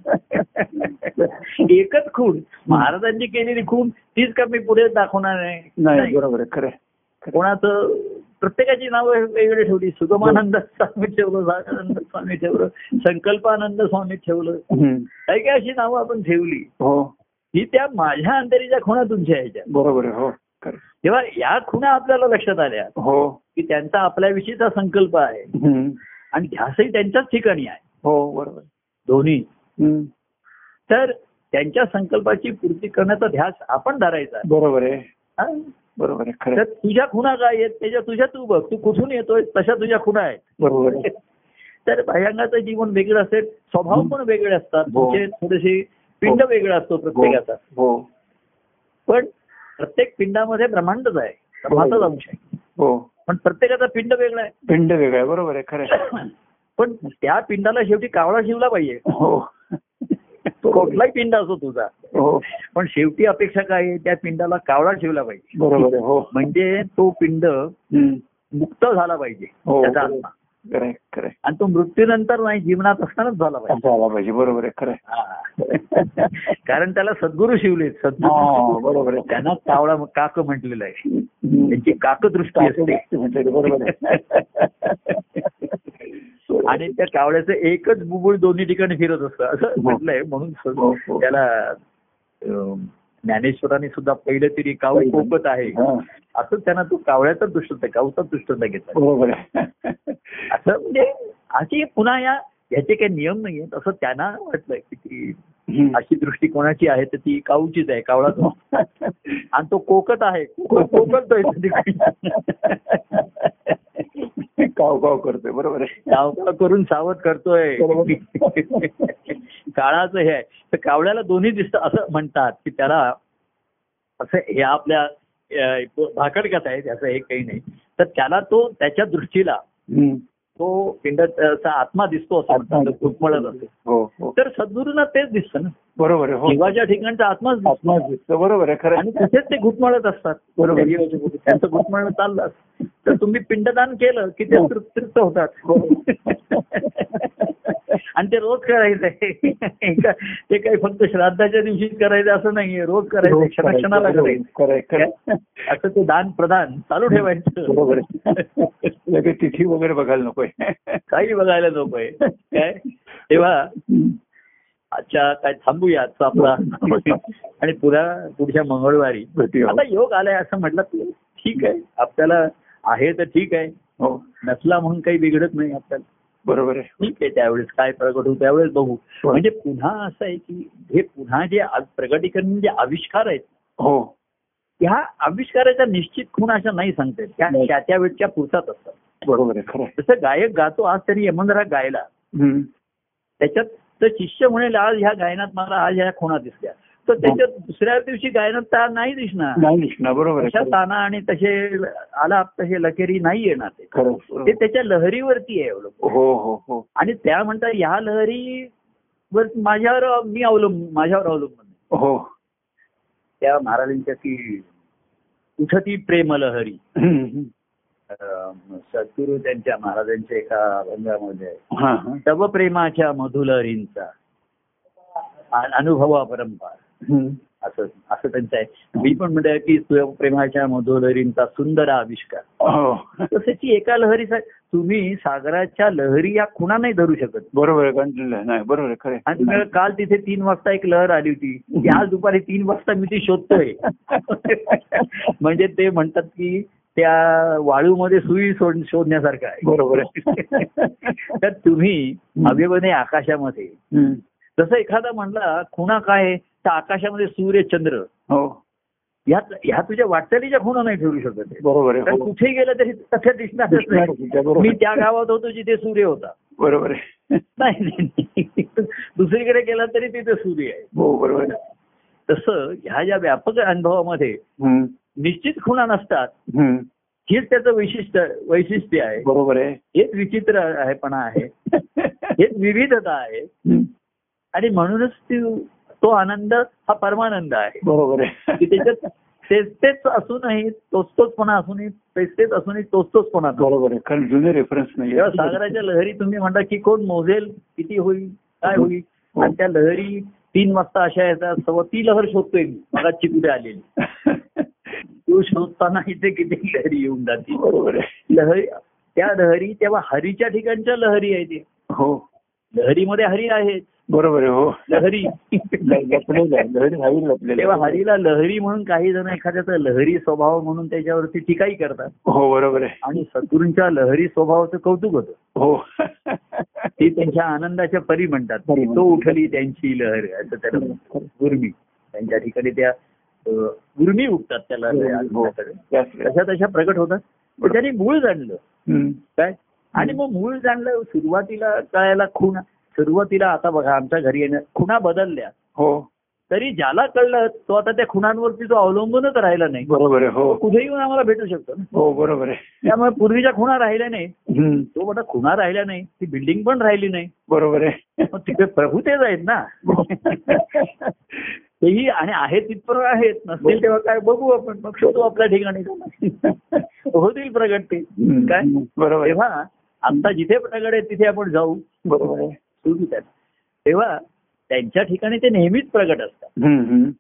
Speaker 1: एकच खूण महाराजांची केलेली खूण तीच का मी पुढे दाखवणार आहे
Speaker 2: नाही बरोबर आहे खरं आहे.
Speaker 1: कोणाचं प्रत्येकाची नावं वेगळी ठेवली सुगमानंद स्वामी ठेवलं सागानंद स्वामी ठेवलं संकल्पानंद स्वामी ठेवलं
Speaker 2: हम्म.
Speaker 1: काही काही अशी नावं आपण ठेवली
Speaker 2: हो
Speaker 1: ही त्या माझ्या अंतरीच्या खुणा तुमच्या ह्याच्या
Speaker 2: बरोबर आहे हो खरं आहे.
Speaker 1: तेव्हा या खुणा आपल्याला लक्षात आल्या
Speaker 2: हो
Speaker 1: की त्यांचा आपल्याविषयीचा संकल्प आहे
Speaker 2: हम्म.
Speaker 1: आणि ध्यासही त्यांच्याच ठिकाणी आहे
Speaker 2: हो बरोबर आहे.
Speaker 1: दोन्ही
Speaker 2: हम्म.
Speaker 1: तर त्यांच्या संकल्पाची पूर्ती करण्याचा ध्यास आपण धरायचा
Speaker 2: बरोबर आहे
Speaker 1: हा?
Speaker 2: बरोबर आहे खरं
Speaker 1: तर
Speaker 2: आहे.
Speaker 1: तुझ्या खुणा काय आहेत त्याच्या तुझ्या तू बघ तू कुठून येतोय तशा तुझ्या खुणा आहेत
Speaker 2: बरोबर आहे
Speaker 1: तर भायंगाचं जीवन वेगळं असेल स्वभाव पण वेगळे असतात
Speaker 2: हो.
Speaker 1: तुमचे थोडेसे पिंड
Speaker 2: हो.
Speaker 1: वेगळा असतो प्रत्येकाचा
Speaker 2: हो
Speaker 1: पण प्रत्येक पिंडामध्ये ब्रह्मांडच आहे ब्रह्मांडच अंश आहे
Speaker 2: हो
Speaker 1: पण प्रत्येकाचा पिंड वेगळा आहे
Speaker 2: पिंड वेगळा आहे बरोबर आहे खरं आहे.
Speaker 1: पण त्या पिंडाला शेवटी कावळा शिवला पाहिजे
Speaker 2: हो
Speaker 1: कुठलाही पिंड असो तुझा
Speaker 2: हो
Speaker 1: पण शेवटी अपेक्षा काय आहे त्या पिंडाला कावळा ठेवला पाहिजे
Speaker 2: बरोबर आहे हो
Speaker 1: म्हणजे तो पिंड
Speaker 2: हम्म.
Speaker 1: मुक्त झाला पाहिजे
Speaker 2: हो.
Speaker 1: त्याचा आत्मा
Speaker 2: खरं आहे, खरं आहे.
Speaker 1: आणि तो मृत्यूनंतर नाही जीवनात असतानाच झाला पाहिजे
Speaker 2: असं आला पाहिजे बरोबर आहे खरं आहे.
Speaker 1: हा. कारण त्याला सद्गुरू शिवले
Speaker 2: हा,
Speaker 1: सद्गुरू
Speaker 2: बरोबर आहे.
Speaker 1: त्यांना कावळा काक म्हटलेलं आहे
Speaker 2: हम्म.
Speaker 1: त्यांची काकदृष्टी असते
Speaker 2: म्हटलेलं म्हणजे बरोबर आहे
Speaker 1: आणि त्या कावळ्याचं एकच बुबुळ दोन्ही ठिकाणी फिरत असतं असं म्हटलंय म्हणून
Speaker 2: हो,
Speaker 1: स-
Speaker 2: हो.
Speaker 1: त्याला अं, ज्ञानेश्वरांनी सुद्धा पहिलं तरी कावळी कोपत आहे
Speaker 2: हा.
Speaker 1: असं त्यांना तो कावळ्याचा दृष्टांत कावचा दृष्टांत घेतला
Speaker 2: बरोबर आहे
Speaker 1: असं म्हणजे अशी पुन्हा या याचे काही नियम नाहीये असं त्यांना वाटलं की ती
Speaker 2: हम्म.
Speaker 1: अशी दृष्टी कोणाची आहे तर ती काऊचीच आहे कावळा तो आणि तो कोकत आहे को- कोकत तो
Speaker 2: काव काव करतोय बरोबर आहे
Speaker 1: कावका करून सावध करतोय
Speaker 2: बरोबर.
Speaker 1: काळाचं हे आहे तर कावळ्याला दोन्ही दिसतं असं म्हणतात की त्याला असं हे आपल्या भाकडकत आहे त्याचं हे काही नाही तर त्याला तो त्याच्या दृष्टीला
Speaker 2: हम्म.
Speaker 1: तो पिंडाचा आत्मा दिसतो असं म्हणतात तो घुटमळत असतो
Speaker 2: हो हो
Speaker 1: तर सद्गुरूंना तेच दिसतं ना
Speaker 2: बरोबर आहे हो
Speaker 1: जीवाच्या ठिकाणचा आत्माच दिसतो.
Speaker 2: आत्मा दिसतो बरोबर आहे खरं
Speaker 1: आणि
Speaker 2: आहे.
Speaker 1: तिथेच ते घुटमळत असतात
Speaker 2: बरोबर.
Speaker 1: त्या जीवाच्या पोटी. त्यांचं घुटमळणं चाललं असतं. तर तुम्ही पिंडदान केलं की ते
Speaker 2: हो.
Speaker 1: तृप्त तृप्त होतात आणि ते रोज करायचंय का- ते काही फक्त श्राद्धाच्या दिवशीच करायचं असं नाहीये रोज करायचं क्षणाक्षणाला करायचं असं ते दान प्रदान चालू
Speaker 2: बरोबर
Speaker 1: ठेवायचं
Speaker 2: आहे. लगेच तिथी वगैरे बघायला नकोय
Speaker 1: काही बघायला नको आहे काय तेव्हा आजच्या काय थांबूया आजचा
Speaker 2: हो,
Speaker 1: आपला आणि पुन्हा पुढच्या मंगळवारी
Speaker 2: भेटूया.
Speaker 1: आता योग आलाय असं म्हटलं तर ठीक आहे आपल्याला आहे तर ठीक आहे
Speaker 2: हो
Speaker 1: नसला म्हणून काही बिघडत नाही आपल्याला
Speaker 2: बरोबर आहे
Speaker 1: ठीक आहे त्यावेळेस काय प्रगट होऊ त्यावेळेस बघू
Speaker 2: हो.
Speaker 1: म्हणजे पुन्हा असं आहे की हे पुन्हा जे आ- प्रगटीकरण जे आविष्कार आहेत
Speaker 2: हो
Speaker 1: त्या आविष्काराच्या निश्चित खूण अशा नाही सांगतात त्या
Speaker 2: नाही.
Speaker 1: त्या त्या वेळच्या पुरतात असतात
Speaker 2: बरोबर आहे खरं आहे.
Speaker 1: जसं गायक गातो आज तरी यमनरा गायला
Speaker 2: हम्म.
Speaker 1: त्याच्यात तर शिष्य म्हणेल आज ह्या गायनात मला आज ह्या खुणा दिसल्या तर त्याच्यात दुसऱ्या दिवशी गायनात त्या नाही दिसणार
Speaker 2: नाही कृष्णा बरोबर आहे
Speaker 1: अशा
Speaker 2: खरं आहे.
Speaker 1: ताना आणि तसे आलाप तसे लकेरी नाही येणार ते
Speaker 2: खरं आहे, बरोबर
Speaker 1: ते
Speaker 2: आहे.
Speaker 1: त्याच्या लहरीवरती आहे अवलंबून
Speaker 2: हो हो हो
Speaker 1: आणि त्या म्हणतात ह्या लहरी वर माझ्यावर मी अवलंबून माझ्यावर अवलंबून आहे.
Speaker 2: हो
Speaker 1: त्या महाराजांच्या की उठती प्रेम लहरी
Speaker 2: हम्म, हम्म.
Speaker 1: अं, सद्गुरू त्यांच्या महाराजांच्या एका अभंगामध्ये आहे
Speaker 2: हा हा
Speaker 1: तव प्रेमाच्या मधुलहरींचा अन- अनुभवा परंपार
Speaker 2: हम्म.
Speaker 1: असं असं त्यांचं आहे मी पण म्हणतोय की तुझ्या प्रेमाच्या मधुलहरींचा सुंदर आविष्कार
Speaker 2: हो
Speaker 1: तसेची एका लहरी तुम्ही सागराच्या लहरी या खुणा नाही धरू शकत
Speaker 2: बरोबर आहे कंटिन्यू नाही बरोबर आहे खरं
Speaker 1: आणि
Speaker 2: आहे.
Speaker 1: मग काल तिथे तीन वाजता एक लहर आली होती ती आज दुपारी तीन वाजता मी ती शोधतोय म्हणजे ते म्हणतात की त्या वाळूमध्ये सुई सोड शोधण्यासारखं आहे
Speaker 2: बरोबर आहे
Speaker 1: तर तुम्ही अभिमने आकाशामध्ये
Speaker 2: हम्म.
Speaker 1: जसं एखादा म्हणला खुणा काय आहे? तर आकाशामध्ये सूर्य चंद्र
Speaker 2: हो
Speaker 1: ह्या ह्या तुझ्या वाटचालीच्या खुणा नाही ठरू शकत आहे.
Speaker 2: बरोबर आहे
Speaker 1: कारण
Speaker 2: हो.
Speaker 1: कुठे गेलं तरी तथ्य दिसणारच
Speaker 2: दिसणारच
Speaker 1: नाही
Speaker 2: नाही, त्या बरोबर.
Speaker 1: मी त्या गावात होतो जिथे सूर्य होता
Speaker 2: बरोबर आहे
Speaker 1: नाही नाही, नाही दुसरीकडे गेला तरी तिथे सूर्य आहे
Speaker 2: हो बरोबर आहे
Speaker 1: तसं ह्या ज्या व्यापक अनुभवामध्ये
Speaker 2: हम्म.
Speaker 1: निश्चित खुणा नसतात
Speaker 2: हम्म.
Speaker 1: हेच त्याचं वैशिष्ट्य वैशिष्ट्य आहे
Speaker 2: बरोबर आहे
Speaker 1: हेच विचित्र आहेपणा आहे हेच विविधता आहे
Speaker 2: हम्म.
Speaker 1: आणि म्हणूनच ती- तो आनंद हा परमानंद आहे
Speaker 2: बरोबर
Speaker 1: की
Speaker 2: आहे
Speaker 1: त्याच्यात तेच तेच असूनही तोच तोचपणा असूनही तेच तेच असूनही तोच तोचपणा नाही.
Speaker 2: बरोबर आहे कारण जुने रेफरन्स नाही
Speaker 1: जेव्हा म्हणजे सागराच्या लहरी तुम्ही म्हणता की कोण मोजेल किती होईल काय होईल आणि त्या लहरी तीन वाजता अशा येतात सव्वा ती लहर शोधतोय मी मला चिकुडे आलेली तू शोधताना इथे किती लहरी येऊन जातील
Speaker 2: बरोबर आहे
Speaker 1: लहरी त्या लहरी तेव्हा हरीच्या ठिकाणच्या लहरी आहे ते
Speaker 2: हो
Speaker 1: लहरीमध्ये हरी आहे
Speaker 2: बरोबर आहे हो
Speaker 1: लहरी
Speaker 2: लपलेलं आहे लहरी राहील लपलेलं
Speaker 1: तेव्हा
Speaker 2: आहे.
Speaker 1: हरीला लहरी म्हणून काही जण एखाद्याचा लहरी स्वभाव म्हणून त्याच्यावरती टीकाही करतात
Speaker 2: हो बरोबर आहे
Speaker 1: आणि सद्गुरूंच्या लहरी स्वभावाचं कौतुक होतं
Speaker 2: हो
Speaker 1: ते त्यांच्या आनंदाच्या परी म्हणतात
Speaker 2: परी म्हणतात.
Speaker 1: तो उठली त्यांची लहर असं त्याला म्हणतात. उर्मी त्यांच्या ठिकाणी त्या अं, उर्मी उठतात त्याला
Speaker 2: हो. त्याच वेळेस.
Speaker 1: तशा तशा प्रगट होतात पण त्यांनी मूळ जाणलं
Speaker 2: हम्म.
Speaker 1: काय आणि मग मूळ जाणलं सुरुवातीला कळायला खुणा सुरुवातीला आता बघा आमच्या घरी येणं खुणा बदलल्या
Speaker 2: हो
Speaker 1: तरी ज्याला कळलं तो आता त्या खुणांवरती तो अवलंबूनच राहिला नाही
Speaker 2: बरोबर आहे हो
Speaker 1: कुठे येऊन आम्हाला भेटू शकतो ना
Speaker 2: हो बरोबर आहे
Speaker 1: त्यामुळे पूर्वीच्या खुणा राहिल्या नाही
Speaker 2: हम्म.
Speaker 1: तो म्हणा खुणा राहिल्या नाही ती बिल्डिंग पण राहिली नाही
Speaker 2: बरोबर आहे
Speaker 1: मग तिकडे प्रभू तेच आहेत ना तेही आणि आहे तिथपर्यंत आहेत नसतील तेव्हा काय बघू आपण मग शोधू आपल्या ठिकाणी होतील प्रगट ते काय
Speaker 2: बरोबर आहे
Speaker 1: तेव्हा आता जिथे प्रगट आहे तिथे आपण जाऊ
Speaker 2: बरोबर आहे
Speaker 1: सुरू तेव्हा त्यांच्या ठिकाणी ते नेहमीच प्रगट असतात
Speaker 2: हम्म, हम्म.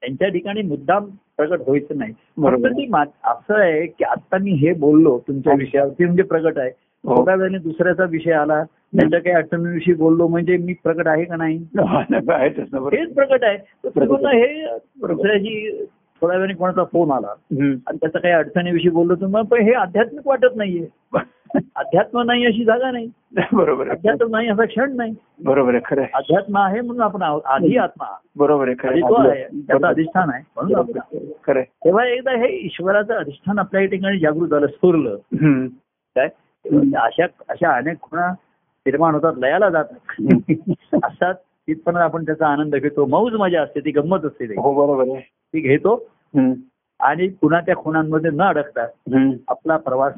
Speaker 1: त्यांच्या ठिकाणी मुद्दाम प्रगट व्हायचं नाही
Speaker 2: बरोबर.
Speaker 1: फक्त ती मा- असं आहे की आता मी हे बोललो तुमच्या विषयावरती म्हणजे प्रगट आहे
Speaker 2: हो.
Speaker 1: थोड्या वेळाने दुसऱ्याचा विषय आला त्यांच्या काही अडचणीविषयी बोललो म्हणजे मी प्रगट आहे का नाही
Speaker 2: हा, नाही, आहेतच ना बरोबर
Speaker 1: हेच प्रगट आहे तर
Speaker 2: प्रगट.
Speaker 1: सर्वांना हे दुसऱ्याची थोड्या वेळाने कोणाचा फोन आला
Speaker 2: हम्म.
Speaker 1: आणि त्याचा काही अडचणीविषयी बोललो तर मग पण हे आध्यात्मिक वाटत नाहीये अध्यात्म नाही अशी जागा नाही
Speaker 2: बरोबर आहे
Speaker 1: अध्यात्म नाही असा क्षण नाही
Speaker 2: बरोबर आहे खरं आहे
Speaker 1: अध्यात्म आहे म्हणून आपण आहोत आधी आत्मा आहोत.
Speaker 2: बरोबर आहे
Speaker 1: आधी
Speaker 2: खरं
Speaker 1: तो आहे
Speaker 2: आपलं-
Speaker 1: त्याचा
Speaker 2: बरोबर.
Speaker 1: अधिष्ठान आहे म्हणून आपण आहोत.
Speaker 2: खरं आहे.
Speaker 1: तेव्हा एकदा हे ईश्वराचं अधिष्ठान आपल्या या ठिकाणी जागृत झालं स्फुरलं
Speaker 2: हम्म.
Speaker 1: काय तेव्हा अशा अशा अनेक खुणा निर्माण होतात लयाला जात नाही. असतात तिथपर्यंत आपण त्याचा आनंद घेतो मौज मजा असते ती गंमत असते ती.
Speaker 2: हो बरोबर आहे
Speaker 1: ती घेतो
Speaker 2: हम्म.
Speaker 1: आणि पुन्हा त्या खुणांमध्ये न अडकता
Speaker 2: हम्म.
Speaker 1: आपला प्रवास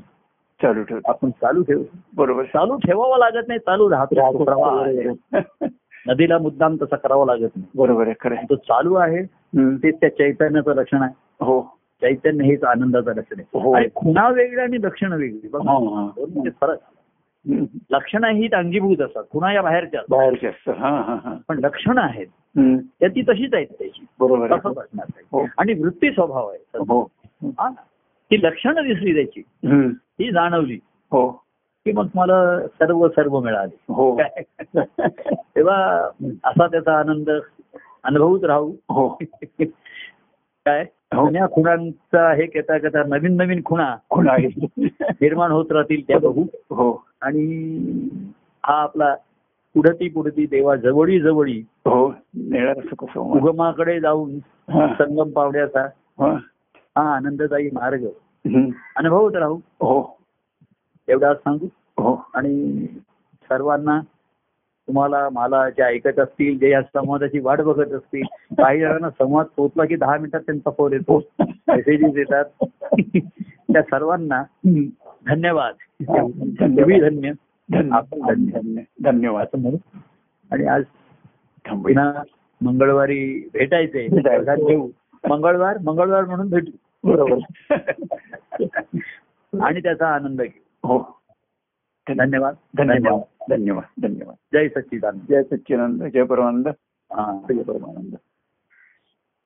Speaker 2: चालू ठेवतो
Speaker 1: आपण चालू ठेवू
Speaker 2: बरोबर
Speaker 1: चालू ठेवावा लागत नाही चालू राहतो तो प्रवाह आहे. नदीला मुद्दाम तसा करावा लागत नाही
Speaker 2: बरोबर आहे खरं आहे
Speaker 1: तो चालू आहे
Speaker 2: हम्म.
Speaker 1: तेच त्या चैतन्याचं लक्षण आहे
Speaker 2: हो
Speaker 1: चैतन्य हेच आनंदाचं लक्षण
Speaker 2: हो.
Speaker 1: आहे आणि खुणा वेगळी आणि लक्षण वेगळी बघा
Speaker 2: हा, हा.
Speaker 1: दोन म्हणजे फरक
Speaker 2: हम्म.
Speaker 1: लक्षणं ही अंगीभूत असतात पुन्हा या बाहेरच्या असतात.
Speaker 2: बाहेरचे असतं हा हा हा
Speaker 1: पण लक्षणं आहेत
Speaker 2: हम्म.
Speaker 1: त्या ती तशीच आहेत त्याची
Speaker 2: बरोबर
Speaker 1: तसंच
Speaker 2: आहे
Speaker 1: असणार
Speaker 2: हो.
Speaker 1: ते. आणि वृत्ती स्वभाव आहे
Speaker 2: हो
Speaker 1: हा ना. ती लक्षणं दिसली त्याची
Speaker 2: हम्म.
Speaker 1: ती जाणवली
Speaker 2: हो
Speaker 1: की मग मला सर्व सर्व मिळाले
Speaker 2: हो
Speaker 1: तेव्हा असा त्याचा आनंद अनुभवत राहू
Speaker 2: हो
Speaker 1: काय
Speaker 2: हो.
Speaker 1: जुन्या खुणांचा हे करता करता नवीन नवीन खुणा
Speaker 2: कोण आहे
Speaker 1: निर्माण होत राहतील त्या बघू
Speaker 2: हो
Speaker 1: आणि हा आपला पुढती पुढती देवा जवळी जवळी
Speaker 2: हो नेणार असं कसं
Speaker 1: उगमाकडे जाऊन
Speaker 2: हा.
Speaker 1: संगम पावण्याचा
Speaker 2: हा.
Speaker 1: हा आनंददायी मार्ग
Speaker 2: हम्म.
Speaker 1: अनुभवत राहू
Speaker 2: हो
Speaker 1: एवढा सांगू
Speaker 2: हो
Speaker 1: आणि सर्वांना तुम्हाला मला जे ऐकत असतील जे या संवादाची वाट बघत असतील काही जणांना संवाद पोहोचला की दहा मिनिटात त्यांचा फोन येतो मेसेजेस येतात त्या सर्वांना
Speaker 2: हम्म.
Speaker 1: धन्यवाद
Speaker 2: हा, धन्यवाद.
Speaker 1: तुम्ही धन्य
Speaker 2: धन्य-
Speaker 1: आपण धन्य.
Speaker 2: धन्य- धन्यवाद
Speaker 1: असं म्हणू आणि आज
Speaker 2: थांबूया
Speaker 1: पुन्हा मंगळवारी भेटायचे
Speaker 2: भेटायचंय.
Speaker 1: वर्गात घेऊ मंगळवार मंगळवार म्हणून भेटू
Speaker 2: बरोबर
Speaker 1: आणि त्याचा आनंद घेऊ
Speaker 2: हो
Speaker 1: धन्यवाद
Speaker 2: धन्यवाद धन्यवाद धन्यवाद
Speaker 1: जय सच्चिदानंद
Speaker 2: जय सच्चिदानंद जय परमानंद
Speaker 1: हा.
Speaker 2: जय परमानंद